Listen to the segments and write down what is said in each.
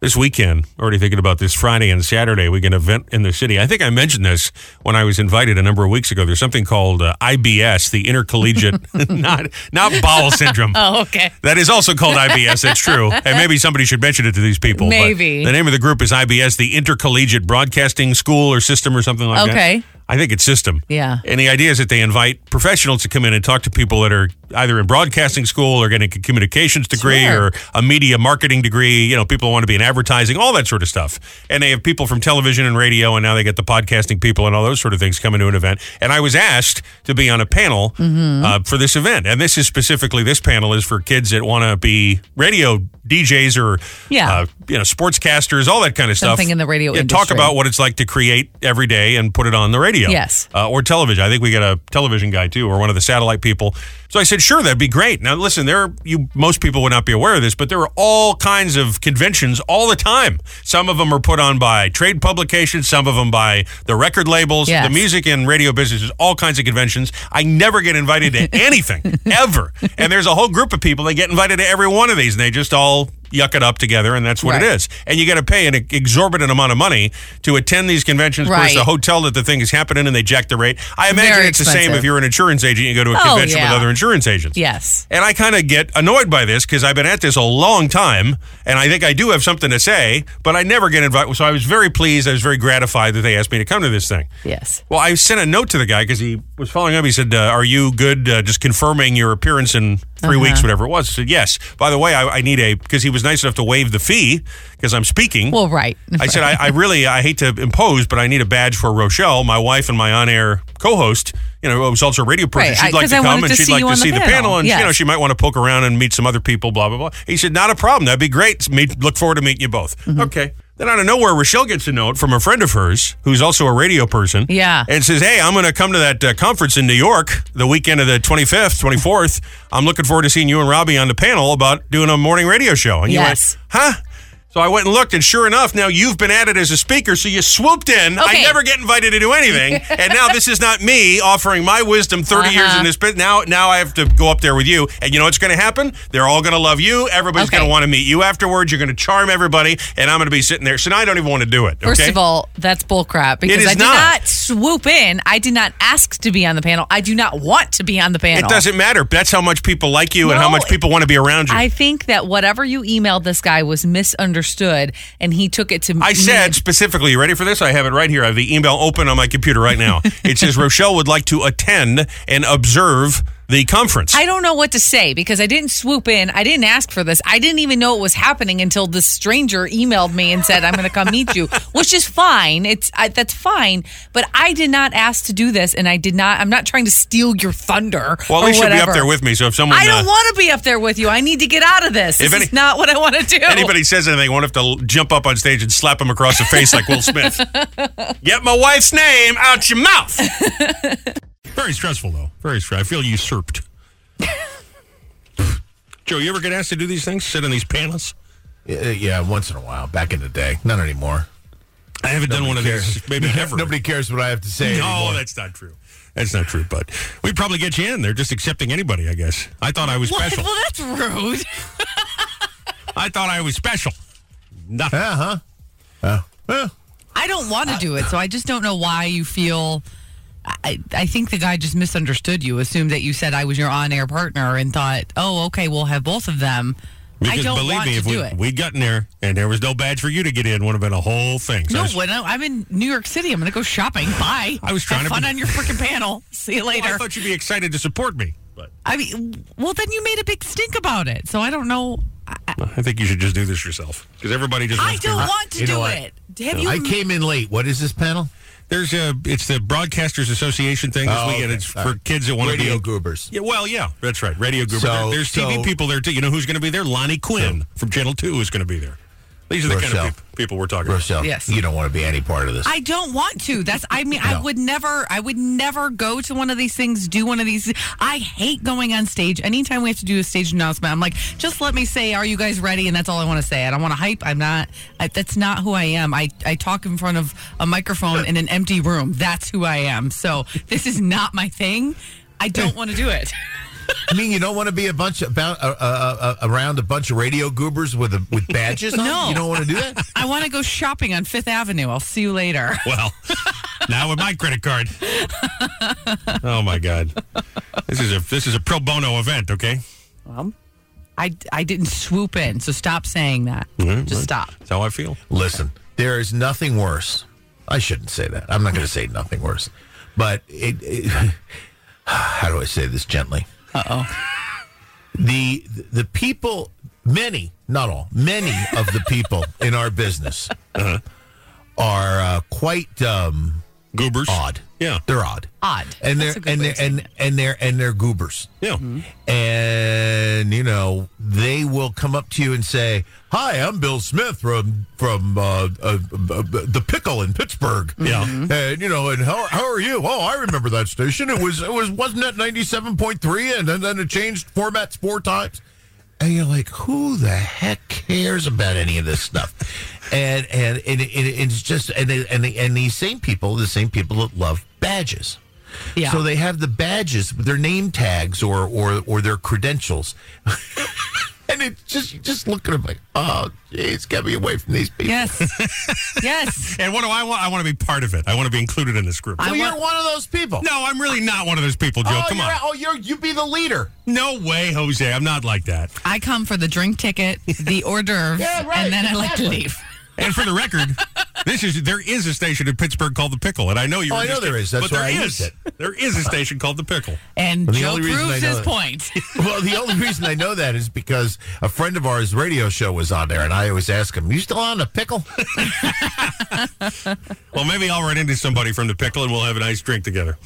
this weekend. Already thinking about this Friday and Saturday. We can event in the city. I think I mentioned this when I was invited a number of weeks ago. There's something called uh, IBS, the intercollegiate, not not bowel syndrome. Oh, okay. That is also called IBS. That's true. And maybe somebody should mention it to these people. but Maybe. the name of the group is IBS, the Intercollegiate Broadcasting School or System or something like that. Okay. I think it's system. Yeah. And the idea is that they invite professionals to come in and talk to people that are either in broadcasting school or getting a communications degree Sure. or a media marketing degree. You know, people who want to be in advertising, all that sort of stuff. And they have people from television and radio, and now they get the podcasting people and all those sort of things coming to an event. And I was asked to be on a panel Mm-hmm. uh, for this event. And this is specifically, this panel is for kids that want to be radio DJs or, Yeah. uh, you know, sportscasters, all that kind of stuff. Something in the radio yeah, Talk industry. about what it's like to create every day and put it on the radio. Yes. Uh, or television. I think we got a television guy too, or one of the satellite people. So I said, sure, that'd be great. Now listen, there are, you most people would not be aware of this, but there are all kinds of conventions all the time. Some of them are put on by trade publications, some of them by the record labels, Yes. the music and radio businesses, all kinds of conventions. I never get invited to anything ever. And there's a whole group of people that get invited to every one of these, and they just all yuck it up together, and that's what it Right. is. And you got to pay an exorbitant amount of money to attend these conventions. Of course, Right. the hotel that the thing is happening in, they jack the rate. I imagine Very it's the same expensive. if you're an insurance agent, you go to a Oh, convention yeah. with other insurance agents. Yes. And I kind of get annoyed by this because I've been at this a long time, and I think I do have something to say, but I never get invited. So I was very pleased. I was very gratified that they asked me to come to this thing. Yes. Well, I sent a note to the guy because he was following up. He said, uh, "Are you good? Uh, just confirming your appearance in 3 weeks, Uh-huh. whatever it was." I said, "Yes." By the way, I, I need a because he was nice enough to waive the fee because I'm speaking. Well, right. I said, I, I really, I hate to impose, but I need a badge for Rochelle, my wife and my on-air co-host. You know, it was also a radio person. Right, I- she'd like 'cause to I come wanted and to she'd see like you to on the see the panel, panel, and you know, yes. she might want to poke around and meet some other people. Blah blah blah. He said, not a problem. That'd be great. Meet, look forward to meeting you both. Mm-hmm. Okay. Then out of nowhere, Rochelle gets a note from a friend of hers who's also a radio person. Yeah. And says, hey, I'm going to come to that uh, conference in New York the weekend of the 25th, 24th. I'm looking forward to seeing you and Robbie on the panel about doing a morning radio show. And you Yes. went, huh? So I went and looked, and sure enough, now you've been added as a speaker, so you swooped in. I Okay. never get invited to do anything, and now this is not me offering my wisdom 30 years Uh-huh. in this business. Now, now I have to go up there with you, and you know what's going to happen? They're all going to love you. Everybody's Okay. going to want to meet you afterwards. You're going to charm everybody, and I'm going to be sitting there. So now I don't even want to do it. First okay? of all, that's bullcrap is because I did not. not. swoop in. I did not ask to be on the panel. I do not want to be on the panel. it doesn't matter. That's how much people like you, and how No, much people want to be around you. I think that whatever you emailed this guy was misunderstood, and he took it to. I said specifically, you ready for this? I have it right here. I have the email open on my computer right now. it says Rochelle would like to attend and observe the conference. I don't know what to say because I didn't swoop in. I didn't ask for this. I didn't even know it was happening until this stranger emailed me and said, "I'm going to come meet you," which is fine. It's I, that's fine, but I did not ask to do this, and I did not. I'm not trying to steal your thunder. well, at or least you'll be up whatever. there with me. So if someone, I uh, don't want to be up there with you. I need to get out of this. If This any- is not what I want to do. anybody says anything, I won't have to l- jump up on stage and slap him across the face like Will Smith. Get my wife's name out your mouth. Very stressful, though. Very stressful. I feel usurped. Joe, you ever get asked to do these things? Sit on these panels? Yeah, Uh, yeah, once in a while. Back in the day, not anymore. I haven't done one of these maybe ever. Nobody cares what I have to say. No, anymore. Oh, that's not true. That's not true, but we'd probably get you in. They're just accepting anybody, I guess. I thought I was special. Well, that's rude. I thought I was special. Nothing. Uh huh. well, I don't want to do it, so I just don't know why you feel. I, I think the guy just misunderstood you, assumed that you said I was your on-air partner, and thought, oh, okay, we'll have both of them. Because I don't believe want me, to if do we, it. we'd gotten there and there was no badge for you to get in, would have been a whole thing. So I no, was- when I, am in New York City, I'm going to go shopping. Bye. I was trying have to fun be- on your freaking panel. See you I later. thought you'd be excited to support me, but I mean, well, then you made a big stink about it, so I don't know. I, I think you should just do this yourself because everybody just. I wants to don't be- want to you know do what? it. Have you? I came in late. What is this panel? There's a. It's the Broadcasters Association thing this Oh, weekend. okay. It's for All right. kids that want to be Radio goobers. Yeah, well, yeah, that's right. Radio Goober. So- There- There's TV so- people there too. You know who's going to be there? Lonnie Quinn from Channel Two is going to be there. These are the kind Rochelle. of peop- people we're talking about. Rochelle, Yes. you don't want to be any part of this. I don't want to. That's I mean No. I would never I would never go to one of these things, do one of these I hate going on stage. Anytime we have to do a stage announcement, I'm like, just let me say, are you guys ready? And that's all I want to say. I don't want to hype. I'm not I, that's not who I am. I, I talk in front of a microphone in an empty room. That's who I am. So this is not my thing. I don't want to do it. I mean, you don't want to be a bunch of, about, uh, uh, uh, around a bunch of radio goobers with a, with badges on. No. You don't want to do that. I want to go shopping on Fifth Avenue. I'll see you later. Well, now with my credit card. Oh my God, this is a this is a pro bono event. Okay, Well, I, I didn't swoop in, so stop saying that. Just stop. that's how I feel. Listen, there is nothing worse. I shouldn't say that. I'm not going to say nothing worse, but it, it how do I say this gently? Uh oh. The the people, many, not all, many of the people in our business are uh, quite um, Goobers. odd. Yeah. they're odd. Odd. and That's they're a good and way they're of saying and, and they're and they're goobers. Yeah. Mm-hmm. and you know they will come up to you and say, "Hi, I'm Bill Smith from from uh, uh, uh, the Pickle in Pittsburgh." Mm-hmm. Yeah. Mhm. and you know, and how, how are you? Oh, I remember that station. It was it was wasn't it ninety seven point three, and then, then it changed formats four times. And you're like, who the heck cares about any of this stuff? And and, and it, it, it's just and they- and they- and these same people, the same people that love badges. Yeah. So they have the badges, their name tags, or or or their credentials, and it's just you just look at them like, oh, geez, get me away from these people. Yes. yes. And what do I want? I want to be part of it. I want to be included in this group. Well, you're one of those people. no, I'm really not one of those people, Joe. oh, Come you're, on. oh, you're you be the leader. No way, Jose. I'm not like that. I come for the drink ticket, the hors d'oeuvres, Yeah, right, and then I like to exactly. leave. And for the record, this is there is a station in Pittsburgh called the Pickle, and I know you. Oh, were I know just- there is. That's but why there I is. used There is a station called the Pickle. And The Joe only reason proves I know his that- point. Well, the only reason I know that is because a friend of ours' radio show was on there, and I always ask him, "You still on the pickle?" Well, maybe I'll run into somebody from the Pickle, and we'll have a nice drink together.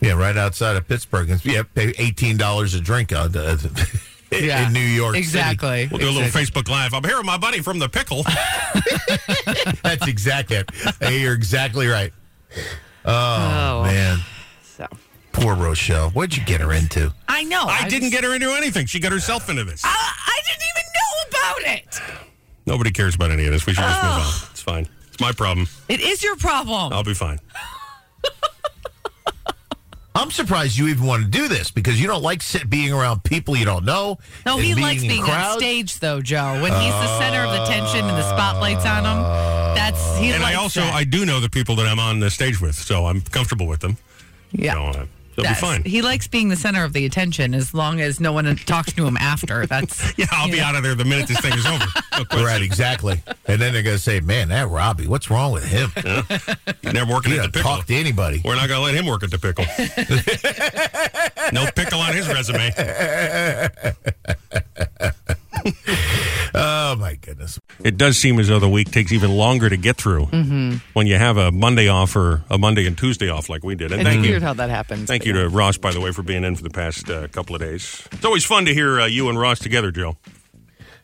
yeah, right outside of Pittsburgh, and yeah, pay eighteen dollars a drink on the, Yeah, in New York. City. exactly. We'll do a little Facebook Live. I'm here with my buddy from the Pickle. That's exactly it. Hey, you're exactly right. Oh, man. So. Poor Rochelle. What'd you get her into? I know. I didn't get her into anything. She got herself into this. I, I didn't even know about it. Nobody cares about any of this. We should just move on. It's fine. It's my problem. It is your problem. I'll be fine. I'm surprised you even want to do this because you don't like sit, being around people you don't know. No, and he likes in being on crowds. stage, though, Joe. When he's the center of the tension and the spotlight's on him, that's he Oh. And I likes also that. I do know the people that I'm on the stage with, so I'm comfortable with them. yeah. So, uh, they'll be That's- fine. He likes being the center of the attention as long as no one talks to him after. That's Yeah, I'll be out of there the minute this thing is over. No question. Right, exactly. and then they're going to say, man, that Robbie, what's wrong with him? They're working He at the don't pickle. talk to anybody. We're not going to let him work at the pickle. no pickle on his resume. Oh, my goodness. It does seem as though the week takes even longer to get through when you have a Monday off or a Monday and Tuesday off like we did. And thank you. that happens. Thank you to Ross, by the way, for being in for the past uh, couple of days. It's always fun to hear uh, you and Ross together, Joe.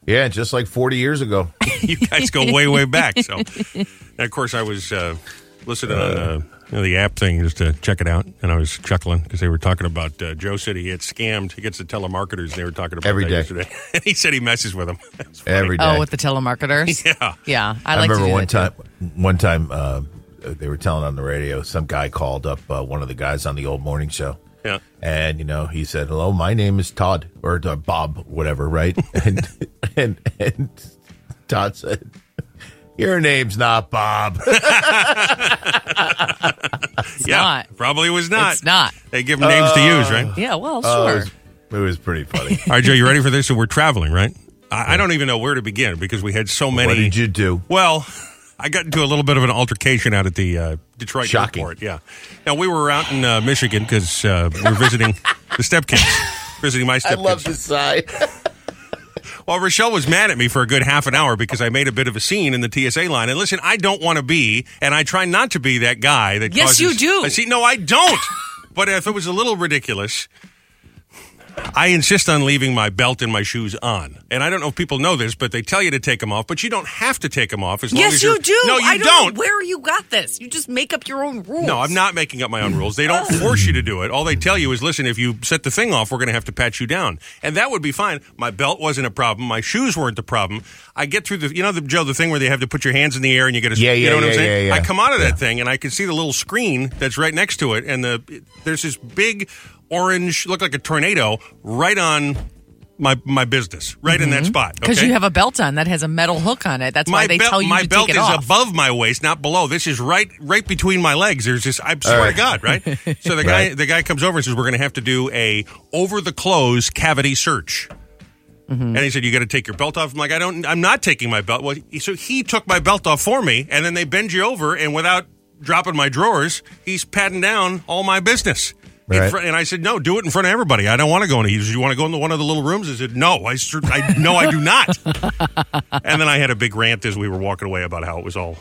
Yeah, just like 40 years ago. you guys go way, way back. So, and of course, I was uh, listening on uh, you know, the app thing just to check it out, and I was chuckling because they were talking about uh, Joe said he had scammed. He gets the telemarketers. And they were talking about Every that day. yesterday. and he said he messes with them. That's funny. Every day. Oh, with the telemarketers? Yeah. Yeah. I like remember to do one that, too. time, one time uh, they were telling on the radio, some guy called up uh, one of the guys on the old morning show. Yeah. And, you know, he said, hello, my name is Todd or uh, Bob, whatever, right? and, and, and Todd said, your name's not Bob. yeah, not. probably was not. It's not. They give them names Uh. to use, right? Yeah, well, Oh, it, sure. was, it was pretty funny. All right, Joe, you ready for this? So we're traveling, right? I, I don't even know where to begin because we had so many. what did you do? Well, I got into a little bit of an altercation out at the uh, Detroit Shocking. airport. Yeah. Now we were out in uh, Michigan because uh, we were visiting the stepkids, visiting my I stepkids. love this side. Well, Rochelle was mad at me for a good half an hour because I made a bit of a scene in the TSA line. And listen, I don't want to be, and I try not to be that guy that. Yes, causes you do. a scene. No, I don't. but if it was a little ridiculous, I insist on leaving my belt and my shoes on. And I don't know if people know this, but they tell you to take them off, but you don't have to take them off as long Yes, as you're- you do. No, you I don't. know where you got this. You just make up your own rules. No, I'm not making up my own rules. They don't force you to do it. All they tell you is, listen, if you set the thing off, we're going to have to pat you down, and that would be fine. My belt wasn't a problem. My shoes weren't the problem. I get through the, you know, the Joe, the thing where they have to put your hands in the air and you get a, Yeah, you yeah, know what I'm yeah, saying? yeah, yeah. I come out of that thing and I can see the little screen that's right next to it, and the there's this big orange, looked like a tornado right on my my business, right in that spot. Because okay? Mm-hmm. you have a belt on that has a metal hook on it. That's why my they belt, tell you my to belt take it is off. above my waist, not below. This is right, right between my legs. There's this. I swear to God, right? So the guy, Right. the guy comes over and says, "We're going to have to do a over the clothes cavity search." Mm-hmm. And he said, "You got to take your belt off." I'm like, "I don't. I'm not taking my belt." Well, he- so he took my belt off for me, and then they bend you over, and without dropping my drawers, he's patting down all my business. In Right. front- and I said, "No, do it in front of everybody. I don't want to go in." He said, "You want to go into one of the little rooms?" I said, "No, I, cer- I no, I do not." And then I had a big rant as we were walking away about how it was all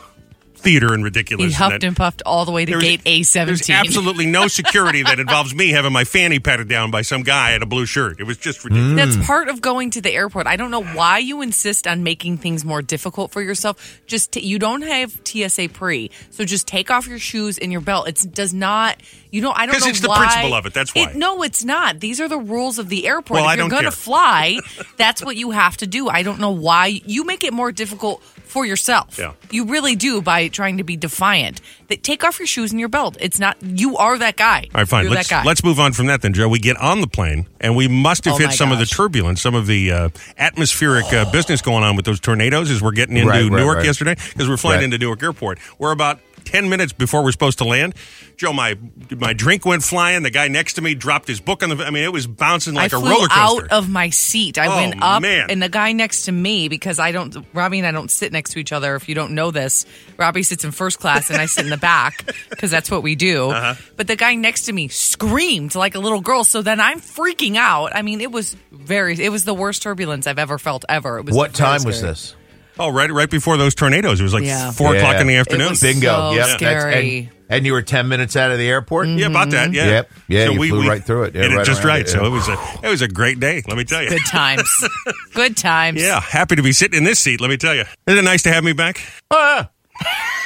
theater and ridiculous. He huffed that and puffed all the way to there was- gate A There's seventeen. absolutely no security that involves me having my fanny patted down by some guy in a blue shirt. It was just ridiculous. That's part of going to the airport. I don't know why you insist on making things more difficult for yourself. Just t- you don't have TSA pre, so just take off your shoes and your belt. It does not. You don't. I don't 'Cause know it's the why- principle of it, that's why. no, it's not. These are the rules of the airport. Well, if I you're don't gonna care. fly, that's what you have to do. I don't know why you make it more difficult for yourself. Yeah. You really do by trying to be defiant. That take off your shoes and your belt. It's not. You are that guy. All right, fine. You're let's that guy. let's move on from that then, Joe. We get on the plane and we must have Oh, hit my some of the gosh. turbulence, some of the uh, atmospheric uh, business going on with those tornadoes as we're getting into Right, right, Newark right. yesterday because we're flying Right. into Newark Airport. We're about. 10 minutes before we're supposed to land, Joe, my my drink went flying. The guy next to me dropped his book on the. I mean, it was bouncing like I a flew roller coaster. out of my seat. I Oh, went up, man. and the guy next to me, because I don't, Robbie and I don't sit next to each other. If you don't know this, Robbie sits in first class, and I sit in the back because that's what we do. Uh-huh. But the guy next to me screamed like a little girl. So then I'm freaking out. I mean, it was very, it was the worst turbulence I've ever felt ever. It was What very time was scary. this? Oh, right, right before those tornadoes. It was like Yeah. four Yeah. o'clock in the It afternoon. was- Bingo. So yep. that's- scary. Mm-hmm. and, and you were 10 minutes out of the airport? yeah, about that. Yeah, Yep. Yeah, you flew right through it. Yeah, Hit it right just around right. it, So yeah. it was a it was a great day. Let me tell you. Good times. Good times. Yeah, happy to be sitting in this seat. Let me tell you, isn't it nice to have me back? Ah.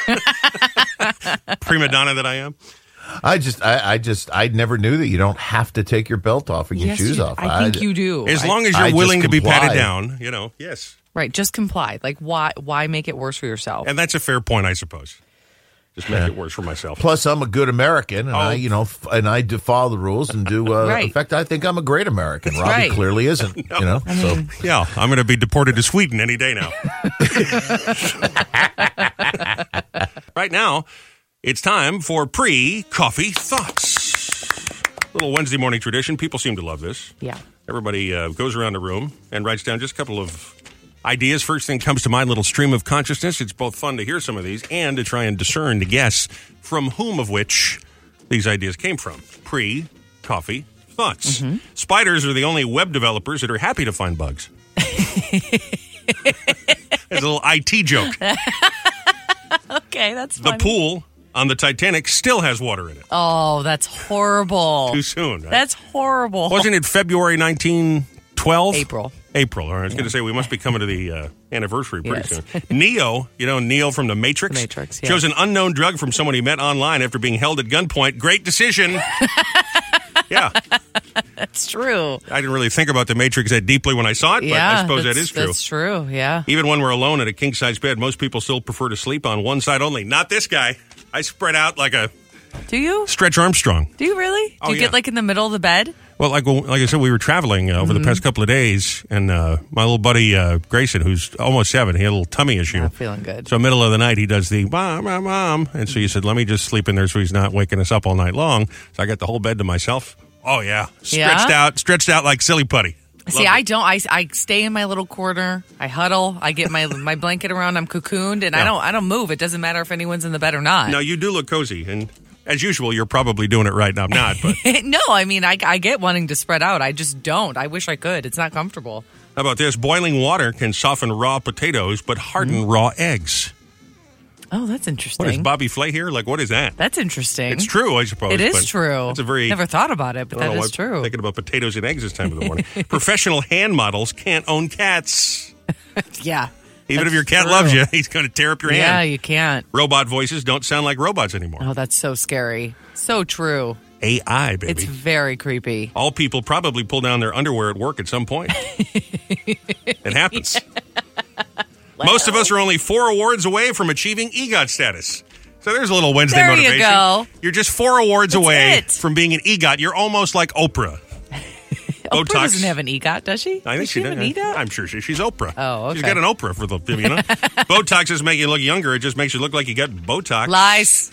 Prima donna that I am. I just, I, I just, I never knew that you don't have to take your belt off and your Yes, shoes you- off. I think you do. As I- long as I you're just willing to be patted complied. down, you know. Yes, right. Just comply. Like why? Why make it worse for yourself? and that's a fair point, I suppose. Just make it worse for myself. Plus, I'm a good American, and I, you know, f- and I do follow the rules and do. Uh, Right. In fact, I think I'm a great American. Robbie right. clearly isn't. You know, so Yeah, I'm going to be deported to Sweden any day now. right now, it's time for pre coffee thoughts. Little Wednesday morning tradition. People seem to love this. Yeah. Everybody uh, goes around the room and writes down just a couple of ideas. First thing comes to mind, little stream of consciousness. It's both fun to hear some of these and to try and discern to guess from whom of which these ideas came from. Pre coffee thoughts. Spiders are the only web developers that are happy to find bugs. It's a little IT joke. Okay, that's The fine. pool on the Titanic still has water in it. Oh, that's horrible. Too soon. right? That's horrible. Wasn't it February 1912? April. April. All right. I was going to say we must be coming to the uh, anniversary pretty Yes. soon. Neo, you know, Neo from The Matrix. The Matrix, yeah. Chose an unknown drug from someone he met online after being held at gunpoint. Great decision. yeah. That's true. I didn't really think about The Matrix that deeply when I saw it, but I suppose that that's- is true. That's true. Yeah. Even when we're alone in a king size bed, most people still prefer to sleep on one side only. Not this guy. I spread out like a Do you? Stretch Armstrong. Do you really? Do Oh, you yeah. get like in the middle of the bed? Well, like well, like I said, we were traveling uh, over Mm-hmm. the past couple of days, and uh, my little buddy uh, Grayson, who's almost seven, he had a little tummy issue. Not feeling good. So middle of the night, he does the mom, mom, mom, and so you said, "Let me just sleep in there, so he's not waking us up all night long." So I got the whole bed to myself. Oh yeah, stretched Yeah? out, stretched out like silly putty. See, I don't. I, I stay in my little corner. I huddle. I get my my blanket around. I'm cocooned, and I Yeah. don't I don't move. It doesn't matter if anyone's in the bed or not. Now you do look cozy, and as usual, you're probably doing it right. Now I'm not, but how no, I mean I, I get wanting to spread out. I just don't. I wish I could. It's not comfortable. about this? Boiling water can soften raw potatoes, but harden Mm-hmm. raw eggs. Oh, that's interesting. What is Bobby Flay here? Like, what is that? that's interesting. It's true, I suppose. It is but true. It's a very never thought about it, but I that don't know is why I'm true. Thinking about potatoes and eggs this time of the morning. Professional hand models can't own cats. yeah. Even if That's your cat true. loves you, he's going to tear up your Yeah, hand. you can't. Robot voices don't sound like robots anymore. Oh, that's so scary. So true. AI, baby. It's very creepy. All people probably pull down their underwear at work at some point. it happens. Most of us are only four awards away from achieving EGOT status. So there's a little Wednesday There you motivation. go. You're just four awards That's away it. from being an EGOT. You're almost like Oprah. Oprah Botox. doesn't have an EGOT, does she? Oh, I think does she, have did. an EGOT? I'm sure she, she's Oprah. Oh, She's okay. got an Oprah for the, you know. Botox doesn't make you look younger. It just makes you look like you got Botox. Lies.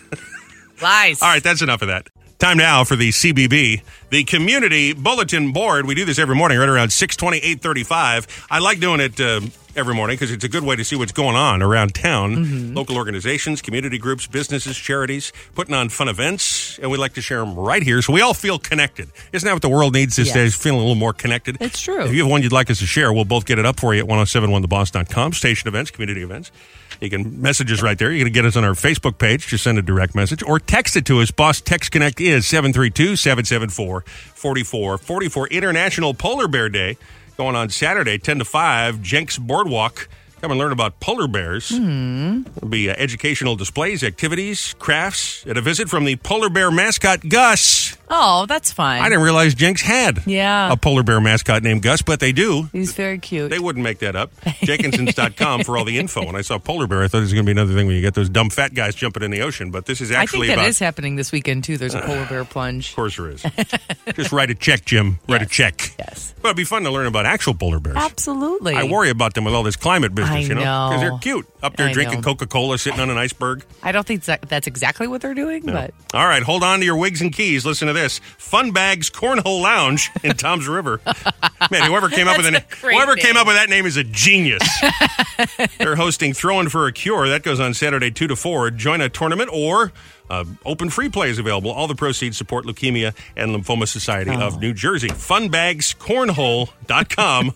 Lies. All right, that's enough of that. Time now for the CBB, the Community Bulletin Board. We do this every morning right around 620, 835. I like doing it uh, every morning because it's a good way to see what's going on around town. Mm-hmm. Local organizations, community groups, businesses, charities, putting on fun events, and we like to share them right here so we all feel connected. Isn't that what the world needs these Yes. days? Feeling a little more connected. It's true. If you have one you'd like us to share, we'll both get it up for you at 1071theboss.com, station events, community events. You can message us right there. You can get us on our Facebook page. Just send a direct message or text it to us. Boss Text Connect is 732 774 4444. International Polar Bear Day going on Saturday, 10 to 5, Jenks Boardwalk. Come and learn about polar bears. There'll be uh, educational displays, activities, crafts, and a visit from the polar bear mascot, Gus. Oh, that's fine. I didn't realize Jenks had Yeah. a polar bear mascot named Gus, but they do. He's very cute. They wouldn't make that up. Jenkinsons.com for all the info. When I saw polar bear, I thought it was going to be another thing where you get those dumb fat guys jumping in the ocean, but this is I think actually that about. is happening this weekend too. There's a polar bear plunge. Of course, there is. Just write a check, Jim. Write a check. Yes. But it'd be fun to learn about actual polar bears. Absolutely. I worry about them with all this climate business, I you know, because they're know. cute up there I drinking know. Coca Cola, sitting on an iceberg. I don't think that- that's exactly what they're doing, but All right, hold on to your wigs and keys. Listen to this: Fun Bags Cornhole Lounge in Tom's River. Man, whoever came up with an, That's a great whoever came name. up with that name is a genius. They're hosting Throwing for a Cure. That goes on Saturday two to four. Join a tournament or uh, open free play is available. All the proceeds support Leukemia and Lymphoma Society of Oh. New Jersey. Funbagscornhole.com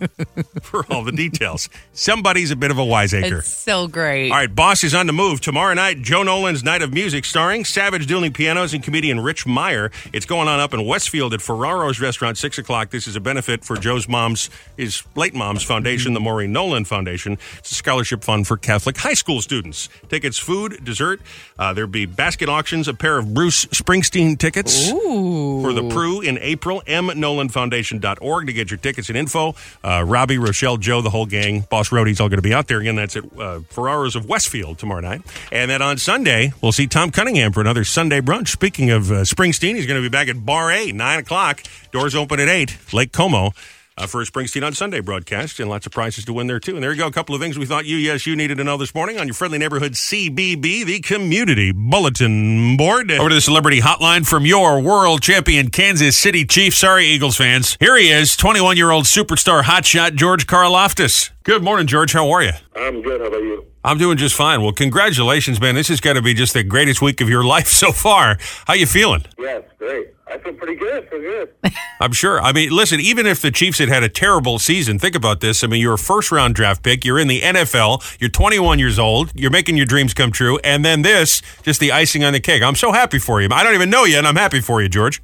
for all the details. Somebody's a bit of a wiseacre. it's so great. All right, Boss is on the move. Tomorrow night, Joe Nolan's Night of Music, starring Savage Dueling Pianos and comedian Rich Meyer. It's going on up in Westfield at Ferraro's Restaurant, 6 o'clock. This is a benefit for Joe's mom's, his late mom's foundation, the Maureen Nolan Foundation. It's a scholarship fund for Catholic high school students. Tickets, food, dessert. Uh, there'll be basket auctions, a pair of Bruce Springsteen tickets for the Prue in April. MNolanFoundation.org to get your tickets and info. Uh, Robbie, Rochelle, Joe, the whole gang, Boss Roadie's all going to be out there. Again, that's at uh, Ferraro's of Westfield tomorrow night. And then on Sunday, we'll see Tom Cunningham for another Sunday brunch. Speaking of uh, Springsteen, he's going to be back at Bar A, 9 o'clock. Doors open at 8, Lake Como. Uh, for a Springsteen on Sunday broadcast, and lots of prizes to win there too. And there you go, a couple of things we thought you, yes, you needed to know this morning on your friendly neighborhood CBB, the Community Bulletin Board. Over to the celebrity hotline from your world champion Kansas City Chiefs. Sorry, Eagles fans. Here he is, 21 year old superstar hotshot George Karloftis. Good morning, George. How are you? I'm good. How about you? I'm doing just fine. Well, congratulations, man. This has got to be just the greatest week of your life so far. How you feeling? Yes, great. I feel pretty good. Feel good. I'm sure. I mean, listen, even if the Chiefs had had a terrible season, think about this. I mean, you're a first round draft pick, you're in the NFL, you're 21 years old, you're making your dreams come true, and then this, just the icing on the cake. I'm so happy for you. I don't even know you, and I'm happy for you, George.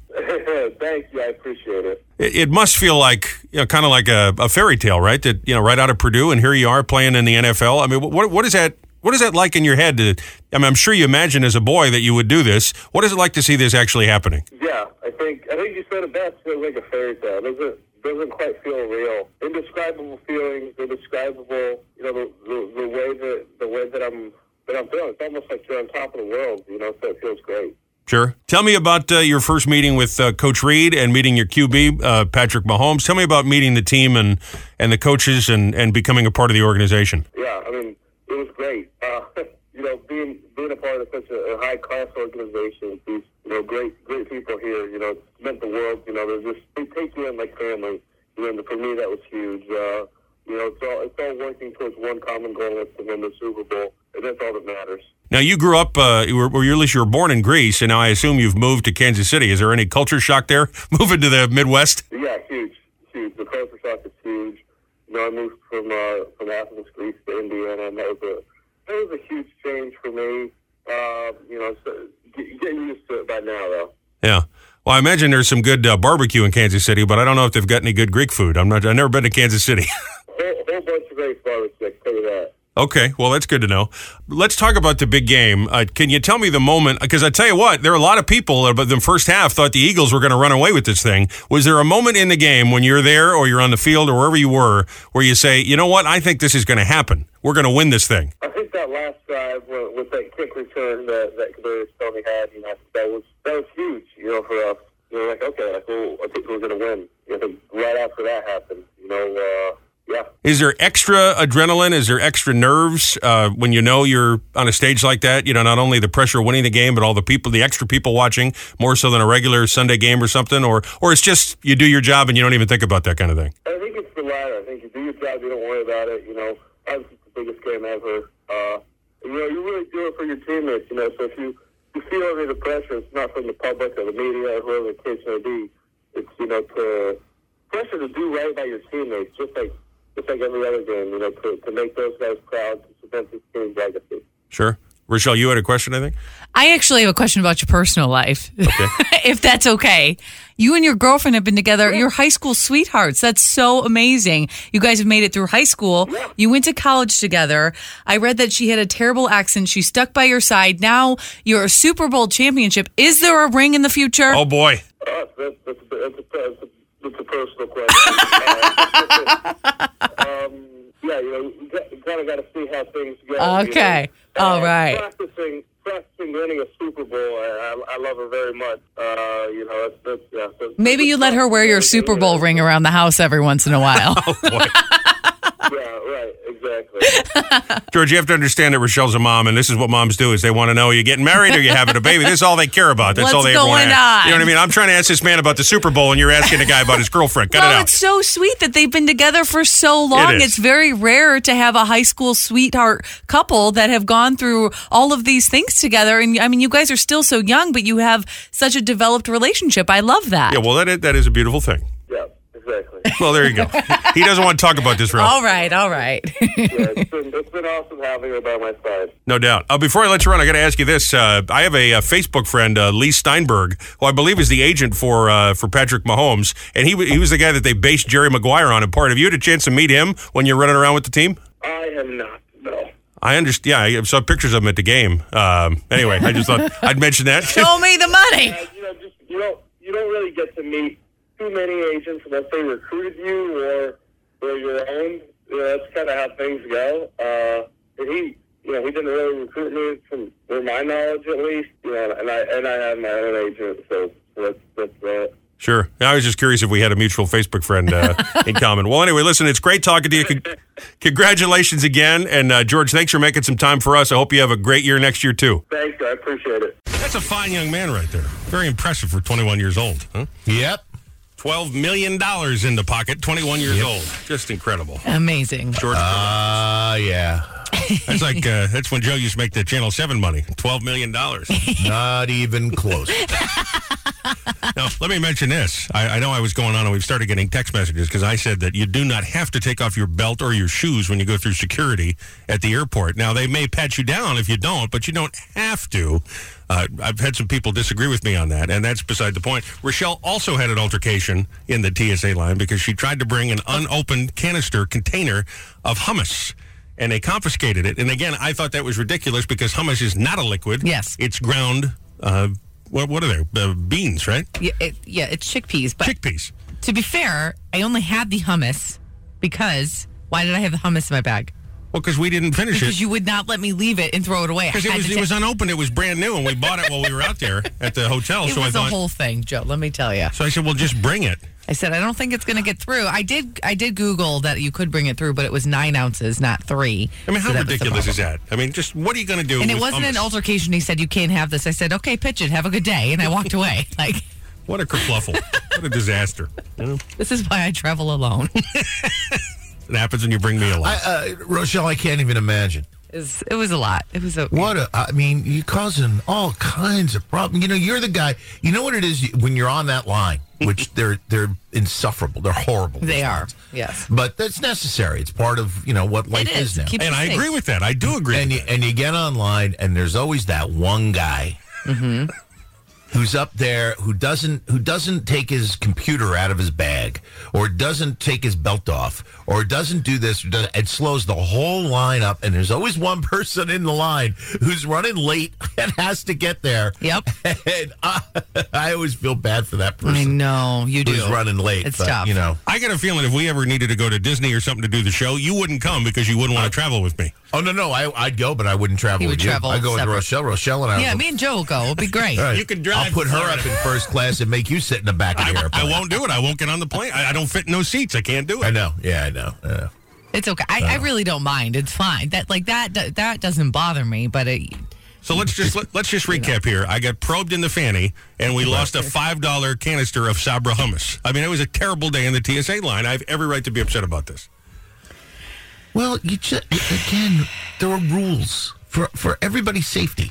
Thank you. I appreciate it. It, it must feel like, you know, kind of like a, a fairy tale, right? That, you know, right out of Purdue, and here you are playing in the NFL. I mean, what, what is that? What is that like in your head? To, I mean, I'm sure you imagine as a boy that you would do this. What is it like to see this actually happening? Yeah, I think I think you said it best. Feels like a fairy tale. Doesn't doesn't quite feel real. Indescribable feelings. Indescribable. You know the, the the way that the way that I'm that I'm feeling. It's almost like you're on top of the world. You know, so it feels great. Sure. Tell me about uh, your first meeting with uh, Coach Reed and meeting your QB, uh, Patrick Mahomes. Tell me about meeting the team and, and the coaches and, and becoming a part of the organization. yeah, I mean, it was great. Uh, you know, being being a part of such a, a high class organization, these you know great great people here. You know, it's meant the world. You know, they're just they take you in like family. You know, and for me that was huge. Uh, you know, it's all it's all working towards one common goal, that's to win the Super Bowl, and that's all that matters. Now, you grew up, uh, you were, or you- at least you were born in Greece, and now I assume you've moved to Kansas City. Is there any culture shock there moving to the Midwest? Yeah, huge, huge. The culture shock is huge. You know, I moved from uh, from Athens, Greece, to Indiana, and that was a that was a huge change for me. Uh, you know, so get, getting used to it by now, though. Yeah. Well, I imagine there's some good uh, barbecue in Kansas City, but I don't know if they've got any good Greek food. I'm not, I've never been to Kansas City. whole, whole bunch of great barbecue. I can tell you that. Okay, well, that's good to know. Let's talk about the big game. Uh, can you tell me the moment? Because I tell you what, there are a lot of people, uh, but the first half thought the Eagles were going to run away with this thing. Was there a moment in the game when you're there or you're on the field or wherever you were where you say, you know what, I think this is going to happen? We're going to win this thing. I think think that last drive wa- with that quick return that that Kadarius Tony had, you know, I think that was that was huge, you know, for us. You know, like okay, like, well, I think we're going to win. You know, right after that happened, you know, uh, yeah. Is there extra adrenaline? Is there extra nerves uh, when you know you're on a stage like that? You know, not only the pressure of winning the game, but all the people, the extra people watching, more so than a regular Sunday game or something, or or it's just you do your job and you don't even think about that kind of thing. I think it's the latter. I think you do your job, you don't worry about it. You know, obviously it's the biggest game ever. Uh, you know, you really do it for your teammates. You know, so if you you feel under the pressure, it's not from the public or the media or whoever the case may be. It's you know to pressure to do right by your teammates, just like just like every other game. You know, to to make those guys proud, to cement this team's legacy. Sure, Rochelle, you had a question, I think. I actually have a question about your personal life, if that's okay. You and your girlfriend have been together. Your high school sweethearts. That's so amazing. You guys have made it through high school. You went to college together. I read that she had a terrible accent. She stuck by your side. Now you're a Super Bowl championship. Is there a ring in the future? Oh boy, Oh, that's, that's, a, that's, a, that's, a, that's a personal question. uh, um, yeah, you know, you got- you kind of got to see how things go. you Okay. know. All right. Practicing, practicing winning a Super Bowl, I, I, I love her very much. Uh, you know, that's, that's, yeah, that's, Maybe you let her wear your Super Bowl ring around the house every once in a while. Yeah, right, exactly. George, you have to understand that Rochelle's a mom, and this is what moms do: is they want to know are you getting married or you having a baby. This is all they care about. That's What's all they ever want going to ask. You know on? what I mean? I'm trying to ask this man about the Super Bowl, and you're asking a guy about his girlfriend. Cut it well, out. Oh, it's so sweet that they've been together for so long. is. it's very rare to have a high school sweetheart couple that have gone through all of these things together. And I mean, you guys are still so young, but you have such a developed relationship. I love that. yeah, well, that is, that is a beautiful thing. yeah, exactly. Well, there you go. he doesn't want to talk about this, real. all right, all right. Yeah, it's been, it's been awesome having her by my side. No doubt. Uh, before I let you run, I got to ask you this. Uh, I have a, uh Facebook friend, uh, Lee Steinberg, who I believe is the agent for uh, for Patrick Mahomes, and he wa- he was the guy that they based Jerry Maguire on. And part, have you had a chance to meet him when you're running around with the team? I am not, no. I understand. Yeah, I saw pictures of him at the game. Um, anyway, I just thought I'd mention that. Show me the money. Yeah, you know, just you don't you don't really get to meet too many agents unless they recruited you or or your own. You know, that's kind of how things go. Uh, and he, you know, he didn't really recruit me from, from my knowledge at least. You know, and I and I have my own agent, so that's that's that. Sure. I was just curious if we had a mutual Facebook friend uh, in common. Well, anyway, listen, it's great talking to you. Con- congratulations again. And uh, George, thanks for making some time for us. I hope you have a great year next year, too. Thanks, I appreciate it. That's a fine young man right there. Very impressive for 21 years old. Huh? Yep. $12 million in the pocket, 21 years old. Just incredible. Amazing. George, Uh, yeah. that's like, uh, that's when Joe used to make the Channel 7 money. $12 million. now, Not even close. let me mention this. I, I know I was going on and we've started getting text messages because I said that you do not have to take off your belt or your shoes when you go through security at the airport. Now, they may pat you down if you don't, but you don't have to. Uh, I've had some people disagree with me on that, and that's beside the point. Rochelle also had an altercation in the TSA line because she tried to bring an unopened canister container of hummus, and they confiscated it. And again, I thought that was ridiculous because hummus is not a liquid. Yes. it's ground. Uh, what, what are they? Uh, beans, right? Yeah, it, yeah, it's chickpeas. But Chickpeas. to be fair, I only had the hummus because why did I have the hummus in my bag? Well, because we didn't finish Because it. you would not let me leave it and throw it away. I Because it had was to it ta- was unopened, it was brand new, and we bought it while we were out there at the hotel. It so I was a thought, whole thing, Joe. Let me tell you. so I said, well, just bring it. I said I don't think it's going to get through. I did. I did Google that you could bring it through, but it was nine ounces, not three. I mean, So how that was the ridiculous is problem. that? I mean, just what are you going to do? And it with wasn't an hummus? altercation. He said you can't have this. I said okay, pitch it. Have a good day, and I walked away. Like What a kerfluffle. what a disaster. You know, this is why I travel alone. it happens when you bring me along. I, uh, Rochelle, I can't even imagine. it, was, it was a lot. It was a What a, I mean, you're causing all kinds of problems. You know, you're the guy. You know what it is when you're on that line, which they're they're insufferable. They're horrible. They those are. lines. Yes. but that's necessary. It's part of you know what life it is. now. Keeps and you I safe. agree with that. I do agree. and with you that. Mm-hmm. and you get online, and there's always that one guy who's up there who doesn't who doesn't take his computer out of his bag or doesn't take his belt off or doesn't do this or does- it slows the whole line up and there's always one person in the line who's running late and has to get there Yep. and I, I always feel bad for that I person know you do. who's running late It's but, tough. you know I got a feeling if we ever needed to go to Disney or something to do the show, you wouldn't come because you wouldn't want to travel with me. oh no no I, I'd go but I wouldn't travel He would with you travel I go separate. with Rochelle Rochelle and I Yeah, would- me and Joe will go. It'll be great. All right. You can drive I'll put her up in first class and make you sit in the back of the I airplane. won't do it. I won't get on the plane. I, I don't fit in those seats. I can't do I it. know. Yeah, I know. I know. It's okay. I, I Uh-huh. really don't mind. It's fine. That like that that- that doesn't bother me. But it, So let's just let, let's just recap here. I got probed in the fanny, and we lost a five dollar canister of Sabra hummus. I mean, it was a terrible day in the TSA line. I have every right to be upset about this. Well, you just again, there are rules for for everybody's safety.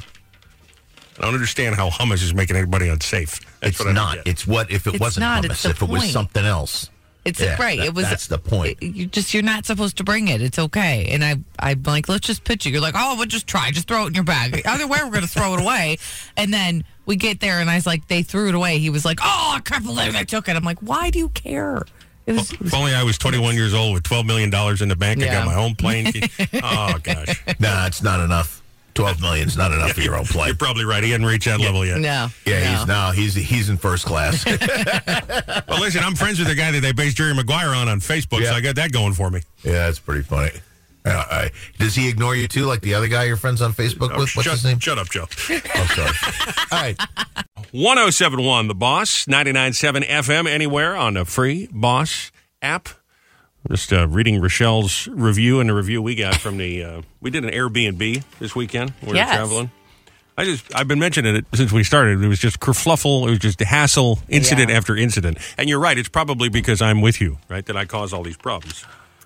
I don't understand how hummus is making anybody unsafe. That's it's what I don't not. get. It's what if it It's wasn't not, hummus, it's the if it was point. something else. it's Yeah, right. that- it was that's the point. it- you just you're not supposed to bring it. It's okay. And I I'm like, let's just pitch it. You're like, oh, we'll just try. Just throw it in your bag. Either way, we're gonna throw it away. And then we get there, and I was like, they threw it away. He was like, oh, I can't believe they took it. I'm like, why do you care? It was. If only I was 21 years old with 12 million dollars in the bank. I Yeah. got my own plane. oh gosh, Nah, it's not enough. Twelve million's not enough for your own plane. you're probably right. He hadn't reached that level yet. No. Yeah, no. he's no, he's he's in first class. Well, listen, I'm friends with the guy that they based Jerry Maguire on on Facebook, so Yeah. I got that going for me. yeah, that's pretty funny. Yeah, all right. does he ignore you too, like the other guy you're friends on Facebook Oh, with? What's shut, his name? shut up, Joe. I'm sorry. All right. 1071 The Boss, 997 FM, anywhere on the free Boss app. Just uh, reading Rochelle's review and the review we got from the. Uh, we did an Airbnb this weekend. when We Yes. were traveling. I just I've been mentioning it since we started. It was just kerfluffle. It was just hassle, incident Yeah. after incident. And you're right. It's probably because I'm with you, right? That I cause all these problems.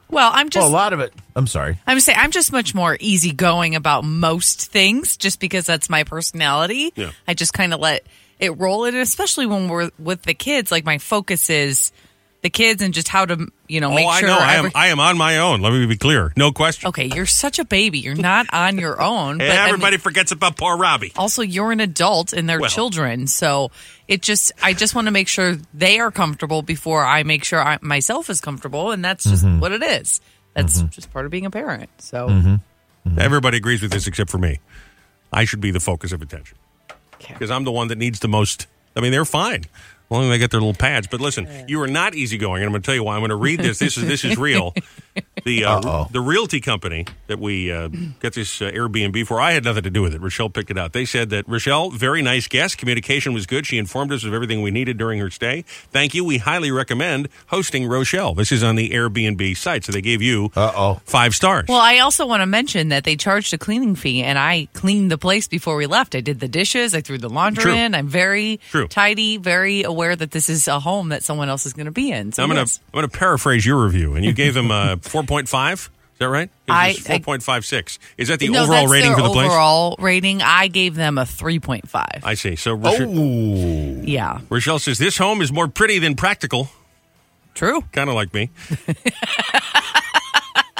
Well, I'm just Well, Oh, a lot of it. I'm sorry. I'm saying I'm just much more easygoing about most things, just because that's my personality. Yeah. I just kind of let it roll, and especially when we're with the kids, like my focus is the kids and just how to you know make oh, sure. I know. I am every- I am on my own. Let me be clear. No question. okay, you're such a baby. You're not on your own. And I mean- everybody forgets about poor Robbie. also you're an adult and they're Well- children so it just i just want to make sure they are comfortable before i make sure I, myself is comfortable and that's just Mm-hmm. what it is that's just part of being a parent so Mm-hmm. Everybody agrees with this except for me. I should be the focus of attention Okay. because I'm the one that needs the most. I mean, they're fine. As long as they get their little pads. But listen, you are not easygoing, and I'm going to tell you why. I'm going to read this. This is this is real. The uh, Uh-oh. the realty company that we uh, got this uh, Airbnb for, I had nothing to do with it. Rochelle picked it out. They said that Rochelle, very nice guest. Communication was good. She informed us of everything we needed during her stay. Thank you. We highly recommend hosting Rochelle. This is on the Airbnb site, so they gave you Uh-oh. five stars. well i also want to mention that they charged a cleaning fee and i cleaned the place before we left i did the dishes i threw the laundry True. in i'm very True. tidy very aware that this is a home that someone else is going to be in so I'm gonna yes. I'm gonna paraphrase your review, and you gave uh, them a 4.5. Is that right? I- four point five six. Is that the No, overall that's rating their for the place? overall rating i gave them a 3.5 I see. So Rochelle, Oh, yeah Rochelle says this home is more pretty than practical. true Kind of like me.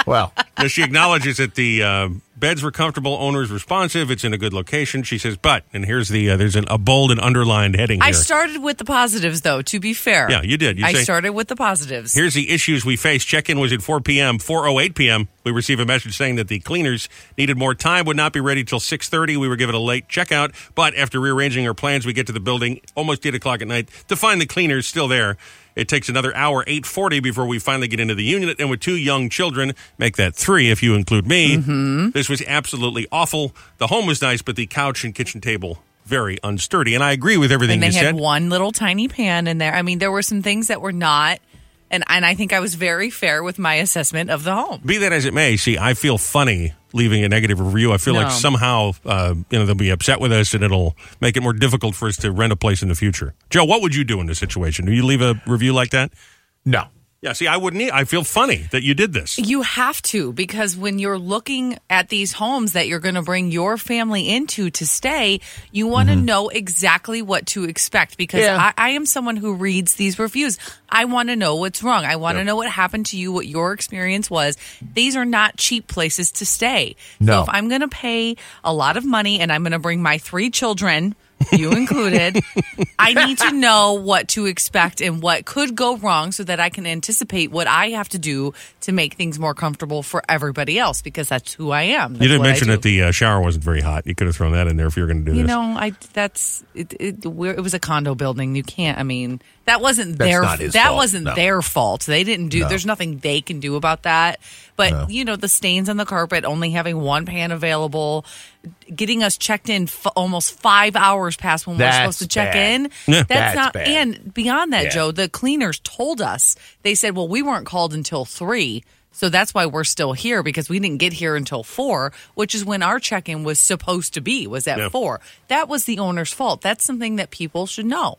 well. Now, she acknowledges that the uh, beds were comfortable, owners responsive. It's in a good location. She says, but and here's the uh, there's an, a bold and underlined heading here. I started with the positives, though. To be fair, Yeah, you did. You I say- started with the positives. Here's the issues we faced. Check-in was at 4 p.m. 4:08 p.m. We received a message saying that the cleaners needed more time, would not be ready till 6:30. We were given a late checkout, but after rearranging our plans, we get to the building almost 8 o'clock at night to find the cleaners still there. It takes another hour, 8:40, before we finally get into the unit, and with two young children, make that three if you include me. Mm-hmm. This was absolutely awful. The home was nice, but the couch and kitchen table very unsturdy. And I agree with everything and they you said. had one little tiny pan in there. I mean, there were some things that were not, and and I think I was very fair with my assessment of the home. be that as it may, see, I feel funny leaving a negative review. I feel like No. somehow, uh, you know, they'll be upset with us, and it'll make it more difficult for us to rent a place in the future. Joe, what would you do in this situation? Do you leave a review like that? No. Yeah, see, I wouldn't. e- I feel funny that you did this. You have to because when you're looking at these homes that you're going to bring your family into to stay, you want to know exactly what to expect because I, I am someone who reads these reviews. I want to know what's wrong. I want to know what happened to you, what your experience was. These are not cheap places to stay. No. So if I'm going to pay a lot of money and I'm going to bring my three children you included. I need to know what to expect and what could go wrong so that I can anticipate what I have to do to make things more comfortable for everybody else because that's who I am. You didn't mention that the uh, shower wasn't very hot. You could have thrown that in there if you were going to do You this. know, I that's it. It, we're, it was a condo building. You can't. I mean, that wasn't That's their not his that fault, wasn't no. their fault. They didn't do. There's nothing they can do about that. But you know, the stains on the carpet, only having one pan available, getting us checked in f- almost five hours past when That's we're supposed to check bad. in. Yeah. That's, That's not. bad. And beyond that, Yeah. Joe, the cleaners told us they said, "Well, we weren't called until three. So that's why we're still here because we didn't get here until four, which is when our check-in was supposed to be. Was at Yeah. four. That was the owner's fault. That's something that people should know.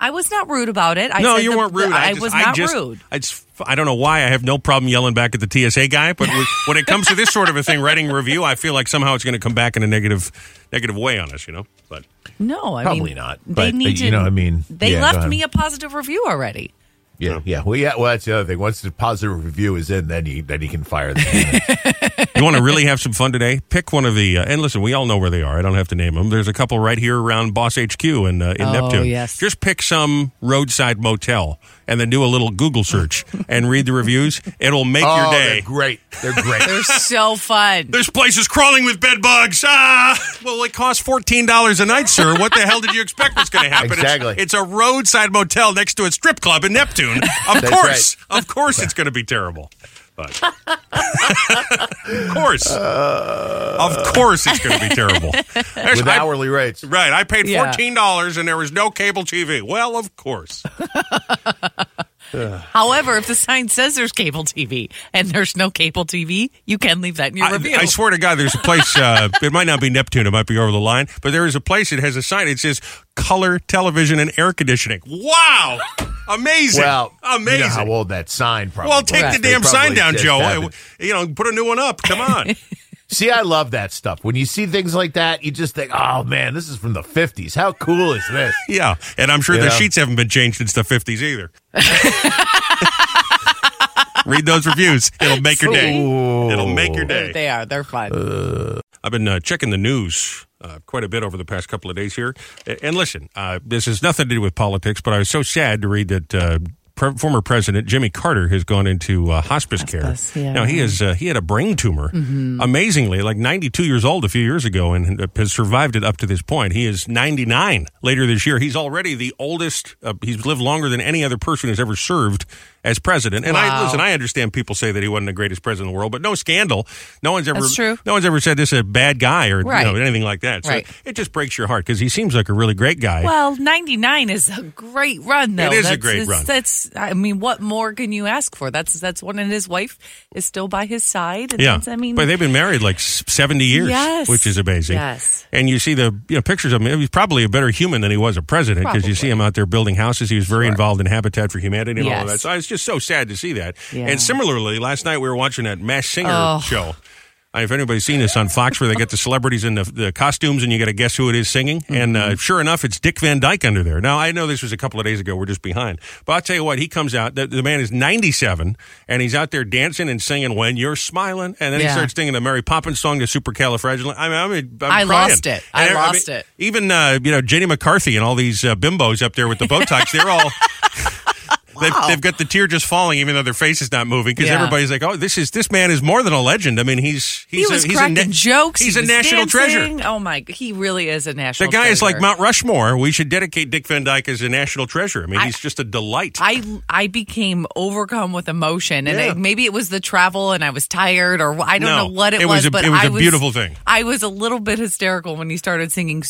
I was not rude about it. I no, said you the- weren't rude. the- I, just, was not just, rude. I just, I don't know why I have no problem yelling back at the TSA guy, but when- when it comes to this sort of a thing, writing a review, I feel like somehow it's going to come back in a negative, negative way on us. You know, but No, I Probably mean, not, They but, need to, you know, I mean, they yeah, go left ahead. me a positive review already. Yeah, yeah. Well, yeah. Well, that's the other thing. Once the positive review is in, then you then you can fire them. you want to really have some fun today? Pick one of the uh, and listen. We all know where they are. I don't have to name them. There's a couple right here around Boss HQ and uh, in Oh, Neptune. yes. Just pick some roadside motel and then do a little Google search and read the reviews. It'll make your oh, day. they're great. They're great. They're so fun. This place is crawling with bed bugs. Ah! Well, it costs fourteen dollars a night, sir. What the hell did you expect was going to happen? It's- Exactly. It's, a roadside motel next to a strip club in Neptune. Of That's course, of course, it's going to be terrible. But of course, of course, it's going to be terrible. There's- with I- hourly rates. right? I paid Yeah. fourteen dollars, and there was no cable TV. Well, of course. However, if the sign says there's cable TV and there's no cable TV, you can leave that in your I, review. I swear to God, there's a place. Uh, it might not be Neptune. It might be over the line, but there is a place that has a sign. It says color television and air conditioning. Wow, amazing! Well, amazing. You know how old that sign probably. well, take was. the They damn sign probably down, just Joe. Uh, haven't. You know, put a new one up. Come on. See, I love that stuff. When you see things like that, you just think, "Oh man, this is from the '50s. How cool is this?" yeah, and I'm sure the Yeah. sheets haven't been changed since the '50s either. Read those reviews. It'll make your day. It'll make your day. they are. They're fun. Uh. I've been uh, checking the news uh, quite a bit over the past couple of days here. A- And listen, uh, this has nothing to do with politics, but I was so sad to read that. Uh, pre- Former President Jimmy Carter has gone into uh, hospice, Hospice, care. yeah. Mm-hmm. Now he is uh, he had a brain tumor, amazingly, like 92 years old a few years ago, and uh, has survived it up to this point. He is 99 later this year. He's already the oldest. Uh, he's lived longer than any other person who's ever served as president. And I Wow. listen. I understand people say that he wasn't the greatest president in the world, but no scandal. No one's ever That's true. no one's ever said this is a bad guy or you Right. know, anything like that. So Right. it just breaks your heart because he seems like a really great guy. Well, 99 is a great run, though. It is a That's- great it's- run. That's, I mean, what more can you ask for? That's that's one, and his wife is still by his side. And yeah, that's- I mean, but they've been married like s- seventy years, Yes. which is amazing. Yes. and you see the you know, pictures of him. He's probably a better human than he was a president because you see him out there building houses. He was very involved in Habitat for Humanity and all of Yes. that. So it's just so sad to see that. Yeah. And similarly, last night we were watching that Mass Singer Oh. show. Uh, If anybody's seen this on Fox, where they get the celebrities in the, the costumes and you got to guess who it is singing, and Mm-hmm. uh, sure enough, it's Dick Van Dyke under there. Now I know this was a couple of days ago; we're just behind. But I'll tell you what, he comes out. The, the man is 97, and he's out there dancing and singing "When You're Smiling," and then he Yeah. starts singing the Mary Poppins song, the Supercalifragilistic. I mean, I mean, I'm I crying. lost it. I And mean, lost it. Even uh, you know Jenny McCarthy and all these uh, bimbos up there with the Botox, they're all. They've, they've got the tear just falling, even though their face is not moving, because Yeah. everybody's like, "Oh, this is this man is more than a legend." I mean, he's he he's was a, he's cracking a na- jokes. He's he a was national treasure. dancing. Oh, my. He really is a The national guy is like treasure. Mount Rushmore. We should dedicate Dick Van Dyke as a national treasure. I mean, he's just a delight. I I became overcome with emotion, and Yeah. I, maybe it was the travel, and I was tired, or I don't No, know what it, it was was, a- but it was I a beautiful thing. I was a little bit hysterical when he started singing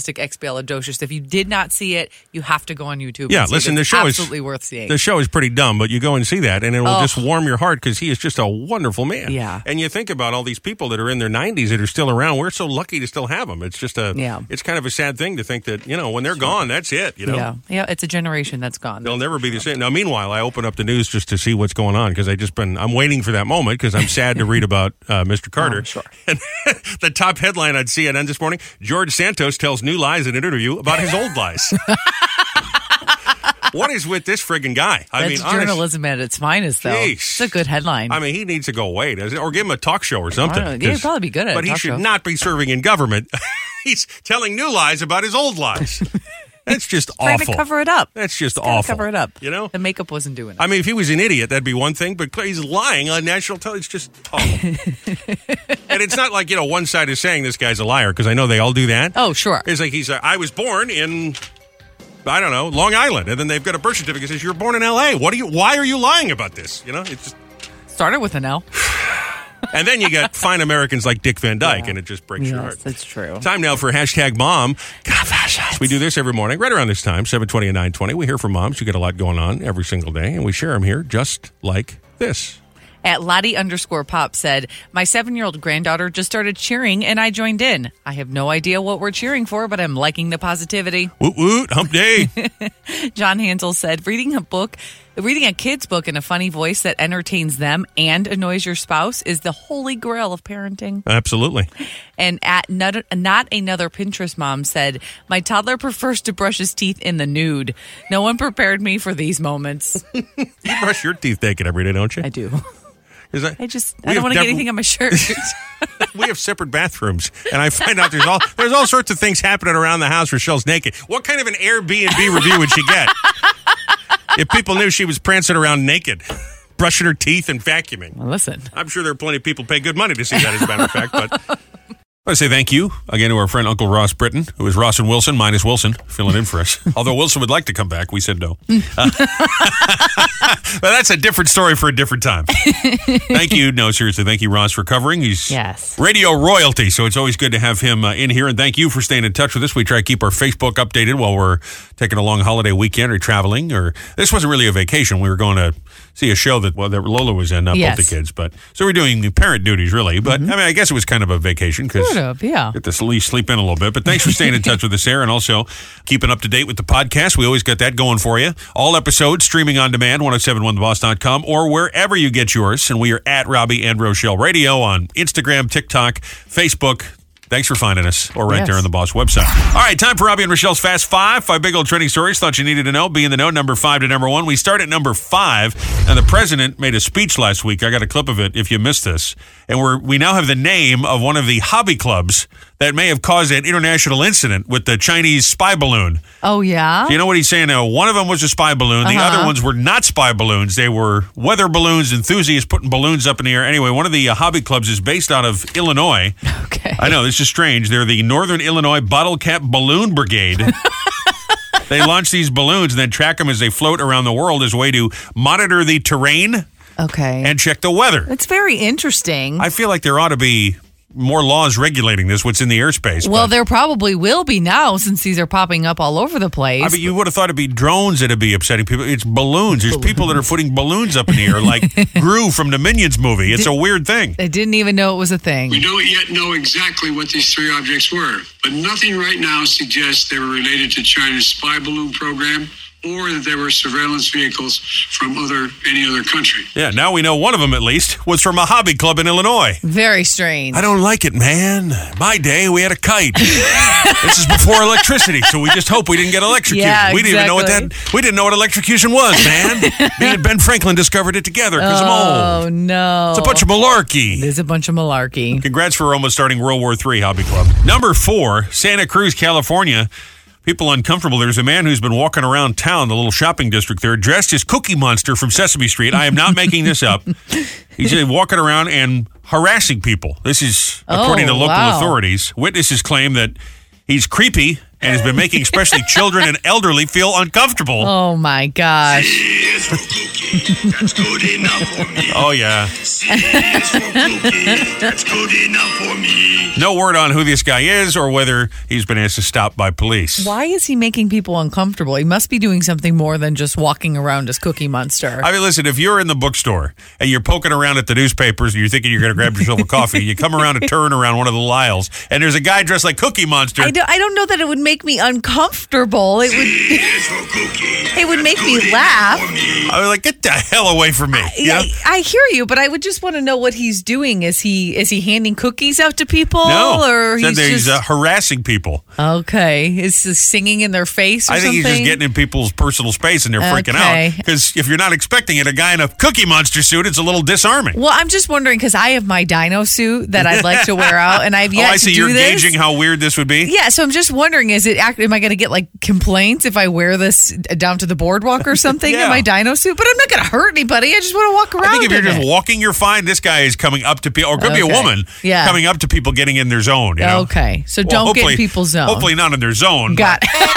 "Supercalifragilisticexpialidocious." If you did not see it, you have to go on YouTube. yeah, and see listen, it. the It's show absolutely is worth seeing. The show is pretty dumb, but you go and see that, and it will Oh. just warm your heart because he is just a wonderful man. Yeah. and you think about all these people that are in their 90s that are still around. We're so lucky to still have them. It's just a Yeah. It's kind of a sad thing to think that you know when they're gone, that's it. You know. yeah, yeah, it's a generation that's gone. They'll never be the same. Now, meanwhile, I open up the news just to see what's going on because I just been I'm waiting for that moment because I'm sad to read about uh, Mr. Carter. Oh, sure. And the top headline on CNN this morning: George Santos tells new lies in an interview about his old lies. what is with this friggin' guy? I that's mean, honest- journalism at its finest, though. Jeez. It's a good headline. I mean, he needs to go away, doesn't he? or give him a talk show or something. know. He'd 'cause- probably be good at a But he talk should show. not be serving in government. he's telling new lies about his old lies. That's just Trying awful. to cover it up. That's just Trying to awful. cover it up. You know? the makeup wasn't doing it. I mean, if he was an idiot, that'd be one thing, but he's lying on national television. It's just awful. and it's not like, you know, one side is saying this guy's a liar, because I know they all do that. oh sure. It's like he's, uh, I was born in, I don't know, Long Island. And then they've got a birth certificate that says, you're born in L.A. What are you, why are you lying about this? You know, it's just, Started with an L. and then you got fine Americans like Dick Van Dyke, and it just breaks your heart. Yes, that's true. Time now for hashtag mom confessions. We do this every morning, right around this time, 720 and 920. We hear from moms who get a lot going on every single day, and we share them here just like this. At Lottie underscore pop said, My seven year old granddaughter just started cheering and I joined in. I have no idea what we're cheering for, but I'm liking the positivity. Woot woot, hump day. John Hansel said, reading a book, reading a kid's book in a funny voice that entertains them and annoys your spouse is the holy grail of parenting. Absolutely. And at not, not another Pinterest mom said, my toddler prefers to brush his teeth in the nude. No one prepared me for these moments. You brush your teeth naked every day, don't you? I do. Is that, I just We I have don't want to def- get anything on my shirt. We have separate bathrooms, and I find out there's all there's all sorts of things happening around the house. Rochelle's naked. What kind of an Airbnb review would she get if people knew she was prancing around naked, brushing her teeth and vacuuming? Listen. I'm sure there are plenty of people pay good money to see that, as a matter of fact. But I want to say thank you again to our friend Uncle Ross Britton, who is Ross and Wilson minus Wilson filling in for us. Although Wilson would like to come back, we said no. Uh, but that's a different story for a different time. thank you. No, seriously, thank you, Ross, for covering. He's Yes. radio royalty, so it's always good to have him uh, in here. And thank you for staying in touch with us. We try to keep our Facebook updated while we're taking a long holiday weekend or traveling. Or this wasn't really a vacation. We were going to see a show that well, that Lola was in, uh, not Yes. both the kids, but so we're doing the parent duties really. But I mean, I guess it was kind of a vacation because Mm-hmm. Sort of, yeah. get to sleep, sleep in a little bit. But thanks for staying in touch with us, Sarah, and also keeping up to date with the podcast. We always got that going for you. All episodes streaming on demand, 1071theboss.com or wherever you get yours. And we are at Robbie and Rochelle Radio on Instagram, TikTok, Facebook. Thanks for finding us, or right Yes. there on the Boss website. All right, time for Robbie and Rochelle's Fast Five. Five big old trending stories. Thought you needed to know. Be in the know. Number five to number one. We start at number five, and the president made a speech last week. I got a clip of it. If you missed this, and we're we now have the name of one of the hobby clubs that may have caused an international incident with the Chinese spy balloon. Oh yeah. You know what he's saying now? One of them was a spy balloon. The other ones were not spy balloons. They were weather balloons, enthusiasts putting balloons up in the air. Anyway, one of the uh, hobby clubs is based out of Illinois. Okay. I know this is strange. They're the Northern Illinois Bottle Cap Balloon Brigade. they launch these balloons and then track them as they float around the world as a way to monitor the terrain Okay. and check the weather. it's very interesting. I feel like there ought to be more laws regulating this. What's in the airspace? well, but, there probably will be now since these are popping up all over the place. I mean, you would have thought it'd be drones that'd be upsetting people. It's balloons. There's people that are putting balloons up in the air, like Gru from the Minions movie. It's a weird thing. I didn't even know it was a thing. We don't yet know exactly what these three objects were, but nothing right now suggests they were related to China's spy balloon program or that they were surveillance vehicles from other any other country. Yeah, now we know one of them at least was from a hobby club in Illinois. Very strange. I don't like it, man. My day, we had a kite. this is before electricity, so we just hope we didn't get electrocuted. Yeah, We didn't even know what exactly. that. We didn't know what electrocution was, man. Me and Ben Franklin discovered it together because I'm Oh old. no. It's a bunch of malarkey. There's a bunch of malarkey. Congrats for almost starting World War III Hobby Club. Number four, Santa Cruz, California. People uncomfortable. There's a man who's been walking around town, the little shopping district there, dressed as Cookie Monster from Sesame Street. I am not making this up. He's uh, walking around and harassing people. This is according to Oh, local wow. authorities. Witnesses claim that he's creepy and has been making especially children and elderly feel uncomfortable. Oh, Oh my gosh. Is for cookie. That's good enough for me. Oh, yeah. C is for cookie. That's good enough for me. No word on who this guy is or whether he's been asked to stop by police. Why is he making people uncomfortable? He must be doing something more than just walking around as Cookie Monster. I mean, listen, if you're in the bookstore and you're poking around at the newspapers and you're thinking you're going to grab yourself a coffee, you come around a turn around one of the aisles and there's a guy dressed like Cookie Monster. I don't, I don't know that it would make me uncomfortable. It would It it would make me laugh. I was like, get the hell away from me. yeah. I, I hear you, but I would just want to know what he's doing. Is he is he handing cookies out to people, No, or said he's that just uh, harassing people. okay? Is he singing in their face? Or I think he's just something? getting in people's personal space and they're freaking Okay. out because if you're not expecting it, a guy in a Cookie Monster suit, it's a little disarming. Well, I'm just wondering because I have my dino suit that I'd like to wear out, and I've oh, yet I to see. do You're this. gauging how weird this would be. yeah, so I'm just wondering: is it? Act- am I going to get like complaints if I wear this down to the boardwalk or something Yeah. in my dino suit? But I'm not going to hurt anybody. I just want to walk around. I think if you're in just it. walking, you're fine. This guy is coming up to people, or could be a Okay. woman Yeah. coming up to people getting in their zone. You know? okay, so Well, don't get in hopefully- people's zone. Hopefully not in their zone. got. yeah.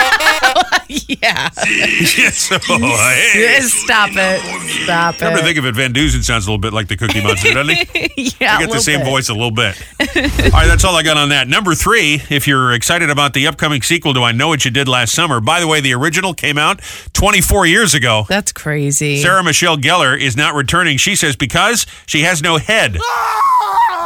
Yeah, so, Oh, hey. Stop it. Stop Come to it. think of it, Van Dusen sounds a little bit like the Cookie Monster, doesn't he? yeah, I get a the same little bit. voice a little bit. all right, that's all I got on that. Number three, if you're excited about the upcoming sequel to I Know What You Did Last Summer, by the way, the original came out 24 years ago. That's crazy. Sarah Michelle Gellar is not returning, she says, because she has no head.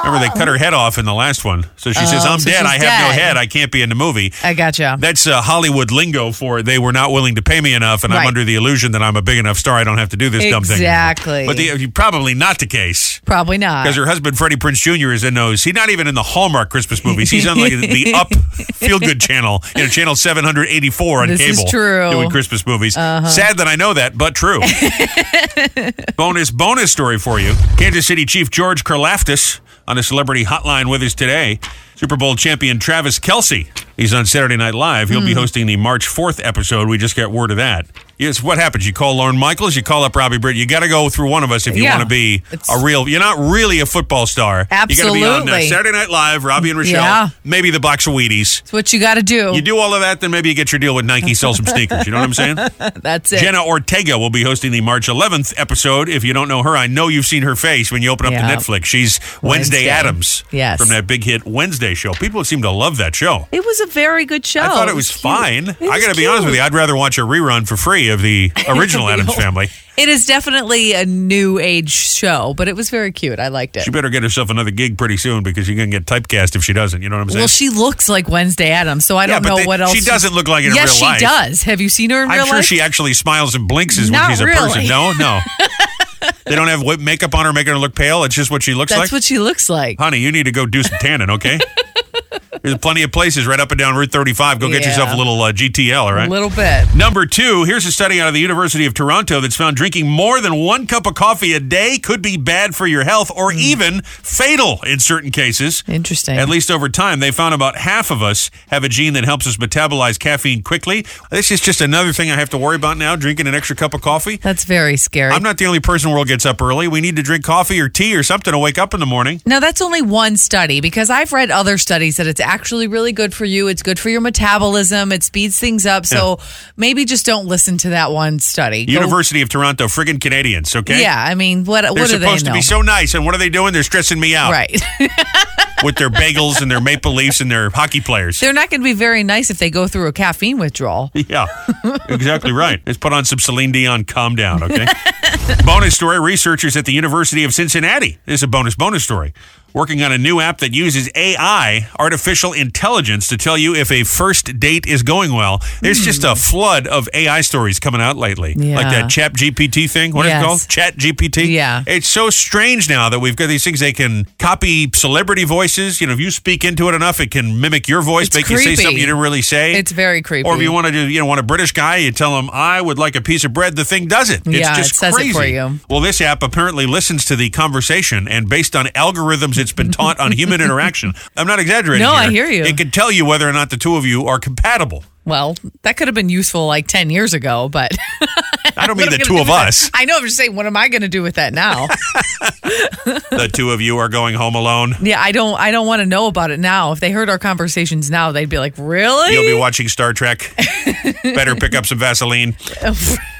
Remember, they cut her head off in the last one. So she says, Oh, I'm so dead. she's I have dead. no head. I can't be in the movie. I gotcha. That's uh, Hollywood lingo for they were not willing to pay me enough, and I'm Right. under the illusion that I'm a big enough star. I don't have to do this dumb thing. anymore. Exactly. Uh. But the, probably not the case. Probably not. Because her husband Freddie Prince Jr. is in those. He's not even in the Hallmark Christmas movies. He's on like the Up Feel Good channel, you know, channel 784 on This is cable. true. Uh-huh. Doing Christmas movies. Sad that I know that, but true. bonus bonus story for you. Kansas City Chief George Karlaftis on the celebrity hotline with us today. Super Bowl champion Travis Kelsey. He's on Saturday Night Live. He'll be Hmm. hosting the March 4th episode. We just got word of that. Yes, what happens? You call Lauren Michaels, you call up Robbie Britt. You got to go through one of us if you Yeah. want to be It's- a real. You're not really a football star. You got to be on uh, Absolutely. Saturday Night Live, Robbie and Rochelle, Yeah. maybe the box of Wheaties. That's what you got to do. You do all of that, then maybe you get your deal with Nike, sell some sneakers. You know what I'm saying? That's it. Jenna Ortega will be hosting the March 11th episode. If you don't know her, I know you've seen her face when you open up Yeah. the Netflix. She's Wednesday, Wednesday. Adams Yes. from that big hit Wednesday show. People seem to love that show. it was a very good show. I thought it was, cute. fine. Oh, It I was got to be honest with cute. you. I'd rather watch a rerun for free of the original Adams family. It is definitely a new age show, but it was very cute. I liked it. She better get herself another gig pretty soon because you're going to get typecast if she doesn't. You know what I'm saying? well, she looks like Wednesday Adams, so I Yeah, don't but know they- what else. she doesn't look like it in yes, real life. she does. Have you seen her in I'm real sure life? she actually smiles and blinks as when Not she's a person. really. No, no. they don't have whip makeup on her, making her look pale. It's just what she looks That's like. what she looks like. Honey, you need to go do some tanning, okay? There's plenty of places right up and down Route 35. Go get Yeah. yourself a little uh, GTL, all right? A little bit. Number two, here's a study out of the University of Toronto that's found drinking more than one cup of coffee a day could be bad for your health or even fatal in certain cases. Interesting. At least over time, they found about half of us have a gene that helps us metabolize caffeine quickly. This is just another thing I have to worry about now drinking an extra cup of coffee. That's very scary. I'm not the only person in the world gets up early. We need to drink coffee or tea or something to wake up in the morning. Now, that's only one study because I've read other studies that it's actually really good for you. It's good for your metabolism. It speeds things up. So maybe just don't listen to that one study. Go- University of Toronto, friggin' Canadians, okay? Yeah. I mean, what, They're what do they supposed to know? be so nice, and what are they doing? They're stressing me out right. with their bagels and their Maple Leafs and their hockey players. They're not going to be very nice if they go through a caffeine withdrawal. Yeah, exactly right. Let's put on some Celine Dion. Calm down, okay? bonus story: Researchers at the University of Cincinnati. This is a bonus bonus story. Working on a new app that uses AI, artificial intelligence, to tell you if a first date is going well. There's just a flood of AI stories coming out lately, like Hmm. Yeah. that Chat GPT thing. What is Yes. it called? Chat GPT. Yeah. It's so strange now that we've got these things. They can copy celebrity voices. You know, if you speak into it enough, it can mimic your voice, It's make you say creepy. something you didn't really say. It's very creepy. Or if you want to do, you know, want a British guy, you tell him, I would like a piece of bread. The thing does it. It's Yeah, just it says crazy. it for you. Well, this app apparently listens to the conversation and based on algorithms it's been taught on human interaction. I'm not exaggerating. No, here. I hear you. It can tell you whether or not the two of you are compatible. Well, that could have been useful like 10 years ago, but. I don't mean what the am I gonna two do of with that? us. I know. I'm just saying, what am I going to do with that now? the two of you are going home alone. yeah, I don't. I don't want to know about it now. If they heard our conversations now, they'd be like, "Really? You'll be watching Star Trek. Better pick up some Vaseline.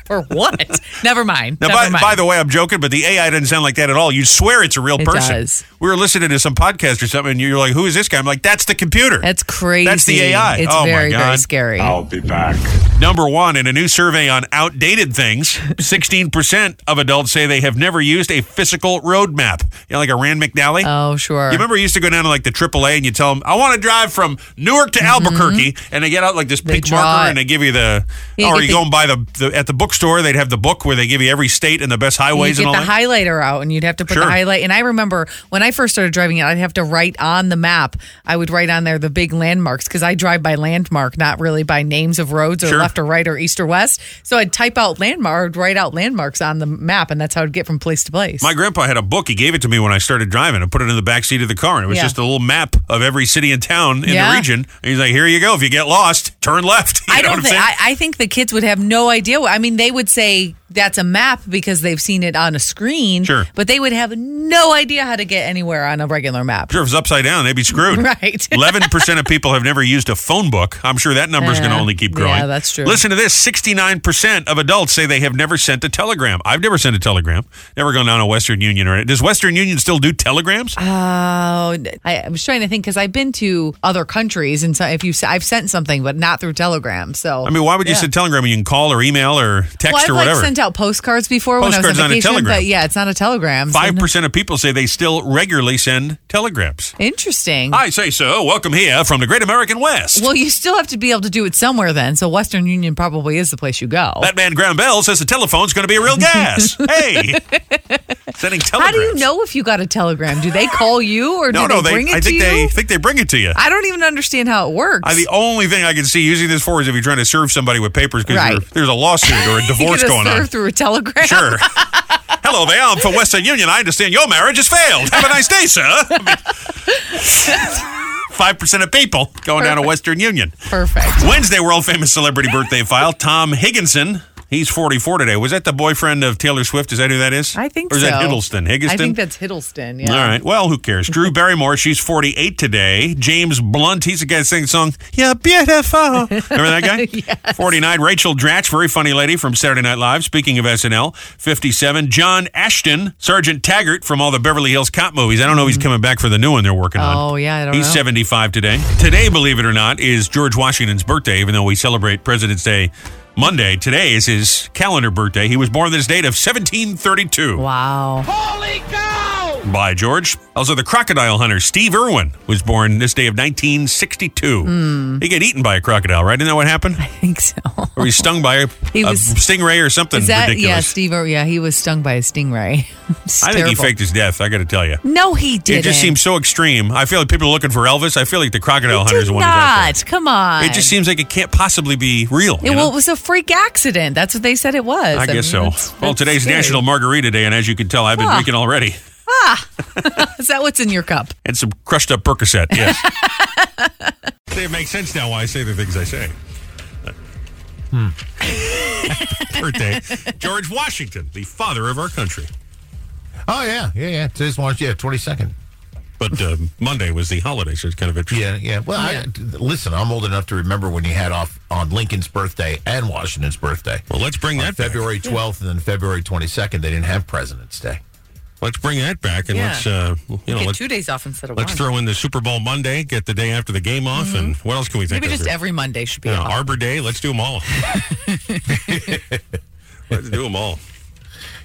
For what? Never mind. Now, Never by, mind. by the way, I'm joking, but the AI doesn't sound like that at all. You'd swear it's a real It person. does. We were listening to some podcast or something, and you're like, "Who is this guy?" I'm like, "That's the computer." That's crazy. That's the AI. It's oh my very, very God. scary. be back. Number one in a new survey on outdated things, 16% of adults say they have never used a physical roadmap. You know, like a Rand McNally. Oh, sure. You remember you used to go down to like the AAA and you tell them, I want to drive from Newark to Albuquerque. And they get out like this Mm-hmm. They pink draw marker it. and they give you the, You or get you the- go and buy the, the, at the bookstore, they'd have the book where they give you every state and the best highways you and get all the that. highlighter out and you'd have to put Sure. the highlight and i remember when i first started driving it i'd have to write on the map i would write on there the big landmarks because i drive by landmark not really by names of roads or Sure. left or right or east or west so i'd type out landmark I'd write out landmarks on the map and that's how i'd get from place to place My grandpa had a book. He gave it to me when I started driving. I put it in the back seat of the car, and it was Yeah. just a little map of every city and town in Yeah. the region. And he's like, "Here you go. If you get lost, turn left." You I know don't what think I'm saying? I, I think the kids would have no idea. What, I mean, they would say that's a map because they've seen it on a screen. Sure. but they would have no idea how to get anywhere on a regular map. Sure, if it's upside down, they'd be screwed. Right. Eleven percent of people have never used a phone book. I'm sure that number's going to Yeah. only keep growing. Yeah, that's true. Listen to this: sixty-nine percent of adults say they have never sent a telegram. I've never sent a telegram. Never gone down a Western Union or does Western Union still do telegrams? Oh, I, I was trying to think because I've been to other countries, and so if you, s- I've sent something, but not through Telegram. So I mean, why would you yeah. send telegram? when You can call or email or text Well, I've or like whatever. sent out postcards before when I Postcards was on aren't a vacation, telegram. but yeah, it's not a telegram. So Five percent of people say they still regularly send telegrams. Interesting. I say so. Welcome here from the Great American West. well, you still have to be able to do it somewhere then. So Western Union probably is the place you go. that man Graham Bell says the telephone's going to be a real gas. hey, sending telegrams. How do you know if you got a telegram? Do they call you or No, do no. they They, bring it I to think you? they think they bring it to you. I don't even understand how it works. I, the only thing I can see using this for is if you're trying to serve somebody with papers because Right. there's a lawsuit or a You divorce get a going serve on. through a telegram. Sure. Hello there. I'm from Western Union. I understand your marriage has failed. Have a nice day, sir. Five percent of people going down to Western Union. Perfect. Wednesday, world famous celebrity birthday file. Tom Higginson. He's 44 today. Was that the boyfriend of Taylor Swift? Is that who that is? I think Or is so. that Hiddleston? Higginson? I think that's Hiddleston. Yeah. All right. Well, who cares? Drew Barrymore, she's 48 today. James Blunt, he's the guy that sang the song, You're Beautiful. Remember that guy? 49. Rachel Dratch, very funny lady from Saturday Night Live. Speaking of SNL, 57. John Ashton, Sergeant Taggart from all the Beverly Hills Cop movies. I don't know if he's coming back for the new one they're working on. Oh, yeah, I don't He's know. 75 today. Today, believe it or not, is George Washington's birthday, even though we celebrate President's Day Monday. Today is his calendar birthday. He was born this date of 1732. Wow. By George. Also, the crocodile hunter Steve Irwin was born this day of 1962. He got eaten by a crocodile, right? Isn't that what happened? Hmm. I think so. Or he stung by a, He a was- stingray or something Is that yeah, ridiculous. Steve? Oh, yeah, he was stung by a stingray. It's I think he terrible. faked his death. I got to tell you, No, he didn't. it just seems so extreme. I feel like people are looking for Elvis. I feel like the crocodile hunter is Did the one who's out not. Come on. there. It just seems like it can't possibly be real. It, you know? well, it was a freak accident. That's what they said it was. I guess so. mean, that's- well, that's today's scary. National Margarita Day, and as you can tell, I've been Huh. drinking already. Is that what's in your cup? and some crushed up Percocet. Yes. See, it makes sense now why I say the things I say. Hmm. Birthday, George Washington, the father of our country. Oh yeah, yeah, yeah. Today's March, yeah, twenty second. But uh, Monday was the holiday, so it's kind of interesting. Yeah, yeah. Well, I, listen, I'm old enough to remember when you had off on Lincoln's birthday and Washington's birthday. Well, let's bring that back. February 12th and then February 22nd, they didn't have President's Day. Let's bring that back, and Yeah. let's uh, you know Get let's, two days off instead of let's one. throw in the Super Bowl Monday, get the day after the game off, and what else can we think Mm-hmm. Maybe of? just here? every Monday should be You know, off. Arbor Day. Let's do them all. let's do them all.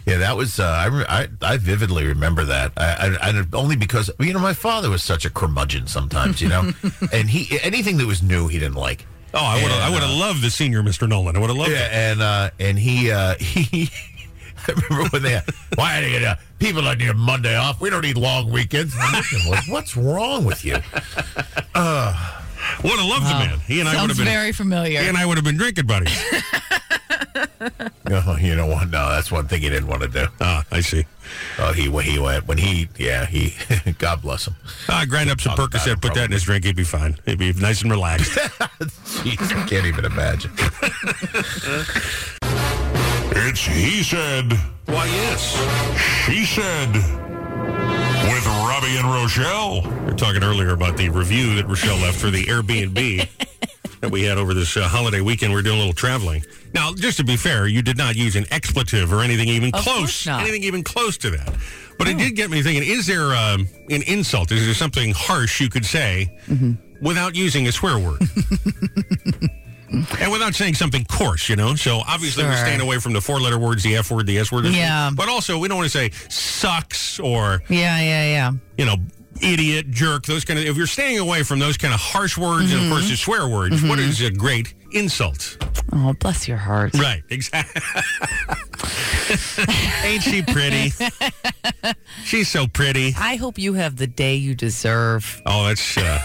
Yeah, that was, uh, I, re- I, I vividly remember that. I, I, I, only because, you know, my father was such a curmudgeon sometimes, you know, and he, anything that was new, he didn't like. Oh, I would I And, would have loved the senior Mr. Nolan. I would have loved Yeah, it. and uh, and he uh, he. I remember when they had, why are they gonna people don't need a Monday off. We don't need long weekends. I'm looking, like, What's wrong with you? Would have loved the man. He and I would Sounds have been very familiar. He and I would have been drinking buddies. Oh, you know what? No, that's one thing he didn't want to do. ah, I see. Oh, he he went when he yeah he God bless him. Ah, grind up some Talk about Percocet, it, put that in his drink. He'd be fine. He'd be nice and relaxed. Jeez, I can't even imagine. It's He Said, Why, yes. She Said with Robbie and Rochelle. We were talking earlier about the review that Rochelle left for the Airbnb. that we had over this uh, holiday weekend. We are doing a little traveling. Now, just to be fair, you did not use an expletive or anything even Of course close, not. anything even close to that. But it did get me thinking: Is there um, an insult? Is there something harsh you could say without using a swear word? And without saying something coarse, you know. So obviously we're Sure. staying away from the four-letter words, the F word, the S word. Yeah. Um, But also we don't want to say sucks or Yeah, yeah, yeah. you know, idiot, jerk, those kind of. If you're staying away from those kind of harsh words and of course the swear words, what is a great insult? Oh, bless your heart. Right, exactly. Ain't she pretty? She's so pretty. I hope you have the day you deserve. Oh, that's uh,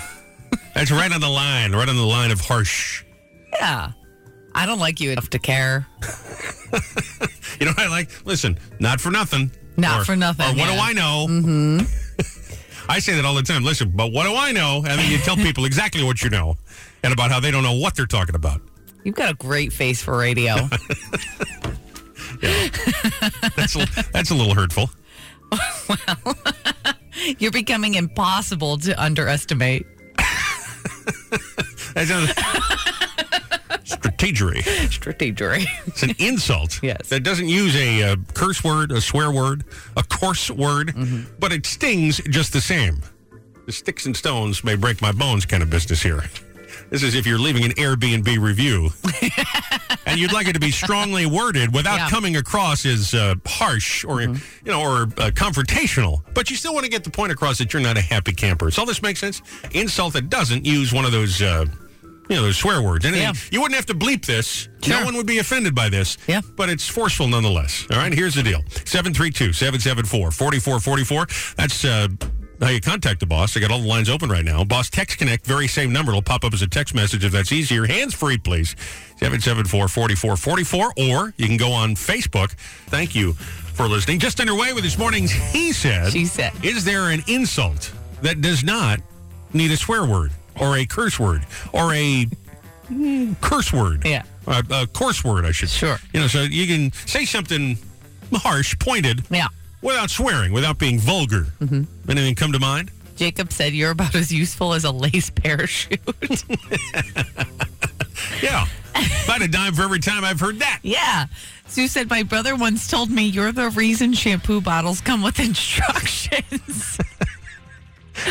that's right on the line, right on the line of harsh. Yeah. I don't like you enough to care. You know what I like? Listen, not for nothing. Not Or- for nothing, Or what do yeah. Mm-hmm. I know? Mm-hmm. I say that all the time. Listen, but what do I know? And then you tell people exactly what you know and about how they don't know what they're talking about. You've got a great face for radio. That's a, that's a little hurtful. You're becoming impossible to underestimate. That's a, strategery. Strategery. It's an insult. Yes. That doesn't use a, uh curse word, a swear word, a coarse word, Mm-hmm. but it stings just the same. The sticks and stones may break my bones kind of business here. This is if you're leaving an Airbnb review and you'd like it to be strongly worded without Yeah. Mm-hmm. coming across as uh, harsh or you know or uh, confrontational, but you still want to get the point across that you're not a happy camper. Does all this make sense? Insult that doesn't use one of those uh, you know those swear words. Anything. Yeah. You wouldn't have to bleep this. No Sure. one would be offended by this. Yeah. But it's forceful nonetheless. All right, here's the deal 732 774 4444. That's uh, how you contact the boss. I got all the lines open right now. Boss Text Connect, very same number. It'll pop up as a text message if that's easier. Hands free, please. 774 4444. Or you can go on Facebook. Thank you for listening. Just underway with this morning's He Said. She Said. Is there an insult that does not need a swear word or a curse word or a curse word. Yeah. A, a coarse word, I should say. Sure. You know, so you can say something harsh, pointed. Yeah. Without swearing, without being vulgar. Mm-hmm. Anything come to mind? Jacob said you're about as useful as a lace parachute. Yeah. About a dime for every time I've heard that. yeah. Sue said my brother once told me you're the reason shampoo bottles come with instructions.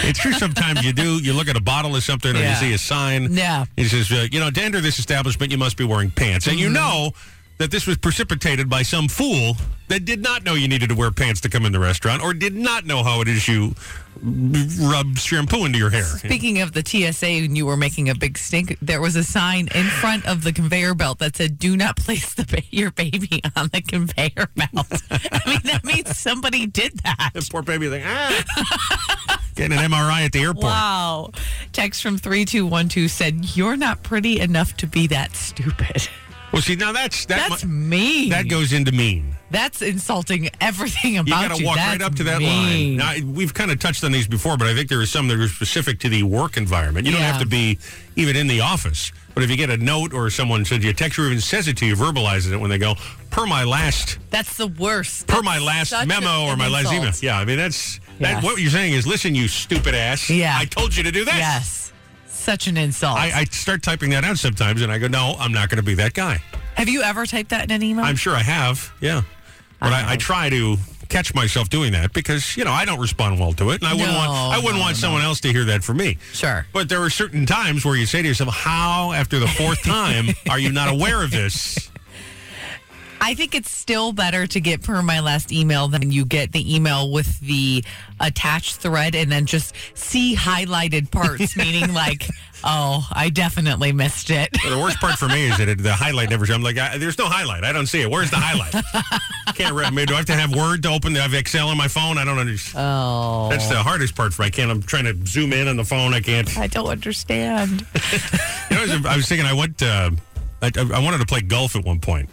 It's true. Sometimes you do. You look at a bottle or something, or you Yeah. see a sign. Yeah. It says, uh, you know, to enter this establishment, you must be wearing pants, and you know that this was precipitated by some fool that did not know you needed to wear pants to come in the restaurant, or did not know how it is you rub shampoo into your hair. Speaking of the TSA, and you were making a big stink, there was a sign in front of the conveyor belt that said, "Do not place the ba- your baby on the conveyor belt." I mean, that means somebody did that. This poor baby thing. Ah. Getting an MRI at the airport. Wow. Text from 3212 said, You're not pretty enough to be that stupid. Well, see, now that's that. That's mi- mean. that goes into mean. That's insulting everything You about got to you. walk That's right up to that mean. line. Now, we've kind of touched on these before, but I think there are some that are specific to the work environment. You don't Yeah. have to be even in the office, but if you get a note or someone sends you a text or even says it to you, verbalizes it when they go, "Per my last, That's the worst. per That's my last such memo an or my last insult. email." Yeah, I mean that's that. Yes. What you're saying is, listen, you stupid ass. Yeah. I told you to do this. Yes. Such an insult. I, I start typing that out sometimes, and I go, "No, I'm not going to be that guy." Have you ever typed that in an email? I'm sure I have. Yeah. But Uh-huh. I, I try to catch myself doing that because, you know, I don't respond well to it. And I wouldn't want No, I wouldn't no, want someone else to hear that from me. Sure. But there are certain times where you say to yourself, How after the fourth time are you not aware of this? I think it's still better to get per my last email than you get the email with the attached thread and then just see highlighted parts, meaning like, oh, I definitely missed it. But the worst part for me is that it, the highlight never I'm like, I, there's no highlight. I don't see it. Where's the highlight? Can't read. Do I have to have Word to open? Do I have Excel on my phone? I don't understand. Oh, That's the hardest part for me. I can't. I'm trying to zoom in on the phone. I can't. I don't understand. You Mm-hmm. know, I was, I was thinking I went. Uh, I, I wanted to play golf at one point.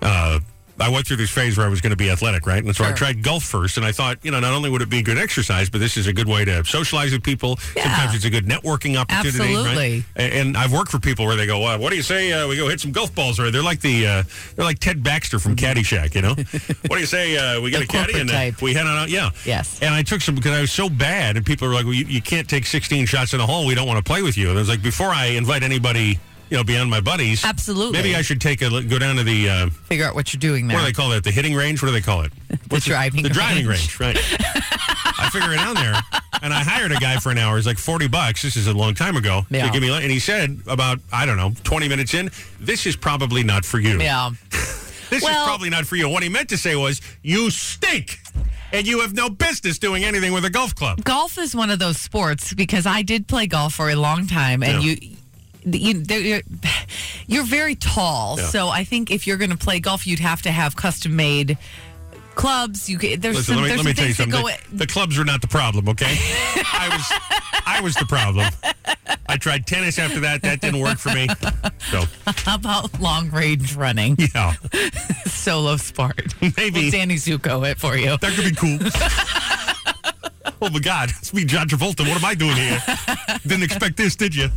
Uh, I went through this phase where I was going to be athletic, right? And so I Sure. tried golf first, and I thought, you know, not only would it be good exercise, but this is a good way to socialize with people. Sometimes it's a good networking opportunity, right? Absolutely. A- And, I've worked for people where they go, well, "What do you say uh, we go hit some golf balls?" Right? They're like the uh, they're like Ted Baxter from Caddyshack, you know? what do you say uh, we get The a caddy corporate and uh, type. we head on out? Yeah. Yes. And I took some because I was so bad, and people were like, "Well, you, you can't take 16 shots in a hole. We don't want to play with you." And I was like, "Before I invite anybody." You know, beyond my buddies. Absolutely. Maybe I should take a look- go down to the uh, Figure out what you're doing there. what do they call that? The hitting range? What do they call it? the driving The driving range, right. I figure it out there. And I hired a guy for an hour. He's like 40 bucks. This is a long time ago. Yeah. To give me, and he said about, I don't know, 20 minutes in, this is probably not for you. Yeah. This is Well- probably not for you. What he meant to say was, you stink. And you have no business doing anything with a golf club. golf is one of those sports because I did play golf for a long time, and Yeah. you. You, there- you're, you're very tall, Yeah. so I think if you're going to play golf, you'd have to have custom made clubs. You ca- there's Listen, some, let me, let there's me some tell you things that something. go. The, the clubs were not the problem, okay? I was I was the problem. I tried tennis after that. That didn't work for me. So, How about long range running, yeah. solo sport? Maybe. Well, Danny Zuko it for you. That could be cool. oh my God, it's me, John Travolta. What am I doing here? Didn't expect this, did you?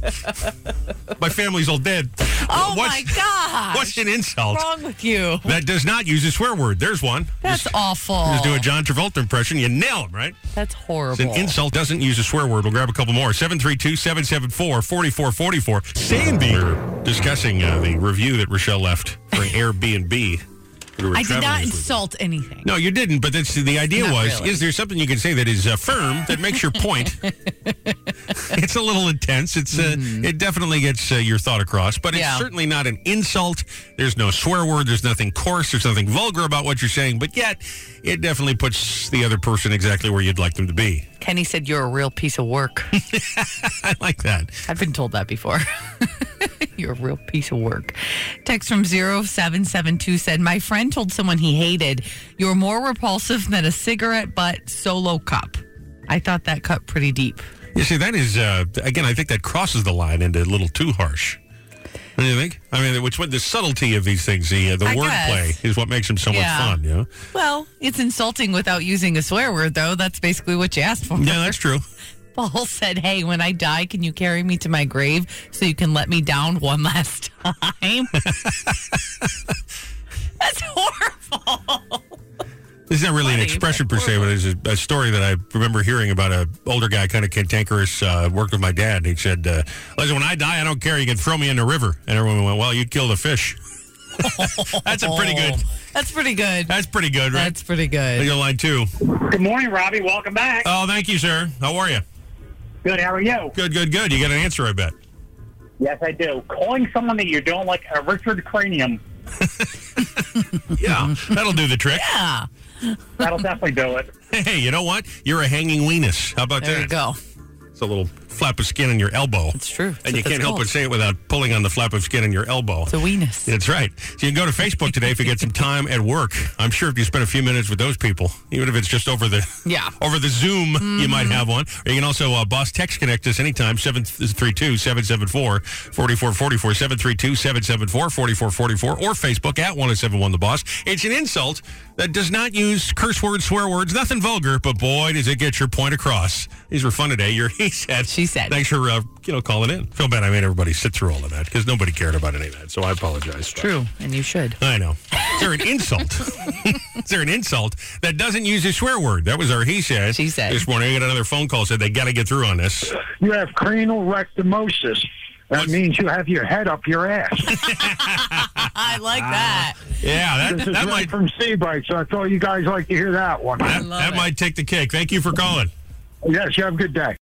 My family's all dead. Oh What's- my god! What's an insult wrong with you? that does not use a swear word? There's one. That's just, awful. just do a John Travolta impression. You nail him, right? That's It's horrible. an insult doesn't use a swear word. We'll grab a couple more. 732-774-4444. Sandy, we're discussing uh, the review that Rochelle left for an Airbnb. that we were I traveling did not this weekend. insult anything. No, you didn't. But that's the idea Not was: really. is there something you can say that is uh, firm that makes your point? it's a little intense. It's uh, it definitely gets uh, your thought across, but Hmm. Yeah. it's certainly not an insult. There's no swear word. There's nothing coarse. There's nothing vulgar about what you're saying. But yet, it definitely puts the other person exactly where you'd like them to be. Kenny said you're a real piece of work. I like that. I've been told that before. You're a real piece of work. Text from 0772 said, My friend told someone he hated, You're more repulsive than a cigarette butt solo cup. I thought that cut pretty deep. You see, that is uh, again. I think that crosses the line into a little too harsh. What do you think? I mean, which the subtlety of these things, the uh, the I wordplay, guess. is what makes them so Yeah. much fun. You know? Well, it's insulting without using a swear word, though. That's basically what you asked for. Yeah, that's true. Paul said, Hey, when I die, can you carry me to my grave so you can let me down one last time? That's horrible. It's not really an Funny, expression per but se, but it's a, a story that I remember hearing about a older guy, kind of cantankerous, uh, worked with my dad. And he said, uh, "Listen, when I die, I don't care. You can throw me in the river." And everyone went, "Well, you killed a fish." that's a pretty good. That's pretty good. That's pretty good, right? That's pretty good. That's a line two. Good morning, Robbie. Welcome back. Oh, thank you, sir. How are you? Good. How are you? Good, good, good. You got an answer, I bet. Yes, I do. Calling someone that you don't like a Richard Cranium. Yeah, that'll do the trick. Ah, That'll definitely do it. Hey, you know what? You're a hanging weenus. How about there you that? go. It's a little flap of skin in your elbow. It's true. That's and you what can't that's help called. but say it without pulling on the flap of skin in your elbow. It's a weenus. That's right. So you can go to Facebook today if you get some time at work. I'm sure if you spend a few minutes with those people, even if it's just over the Yeah. Mm-hmm. over the Zoom, you might have one. Or you can also uh, boss text connect us anytime 732-774-4444 732-774-4444 or Facebook at 1071 the boss. It's an insult that does not use curse words, swear words, nothing vulgar, but boy does it get your point across. These were fun today. Your he said She said. Thanks for uh, you know calling in. Feel bad I made everybody sit through all of that because nobody cared about any of that. So I apologize. True, and you should. I know. Is there an insult? Is there an insult that doesn't use a swear word? That was our he said. She said. This morning, I got another phone call said they got to get through on this. You have cranial rectimosis. That means you have your head up your ass. I like that. Yeah, This that, is that right might from Seabright, so I thought you guys like to hear that one. that, love that it. might take the cake. Thank you for calling. Yes, you have a good day.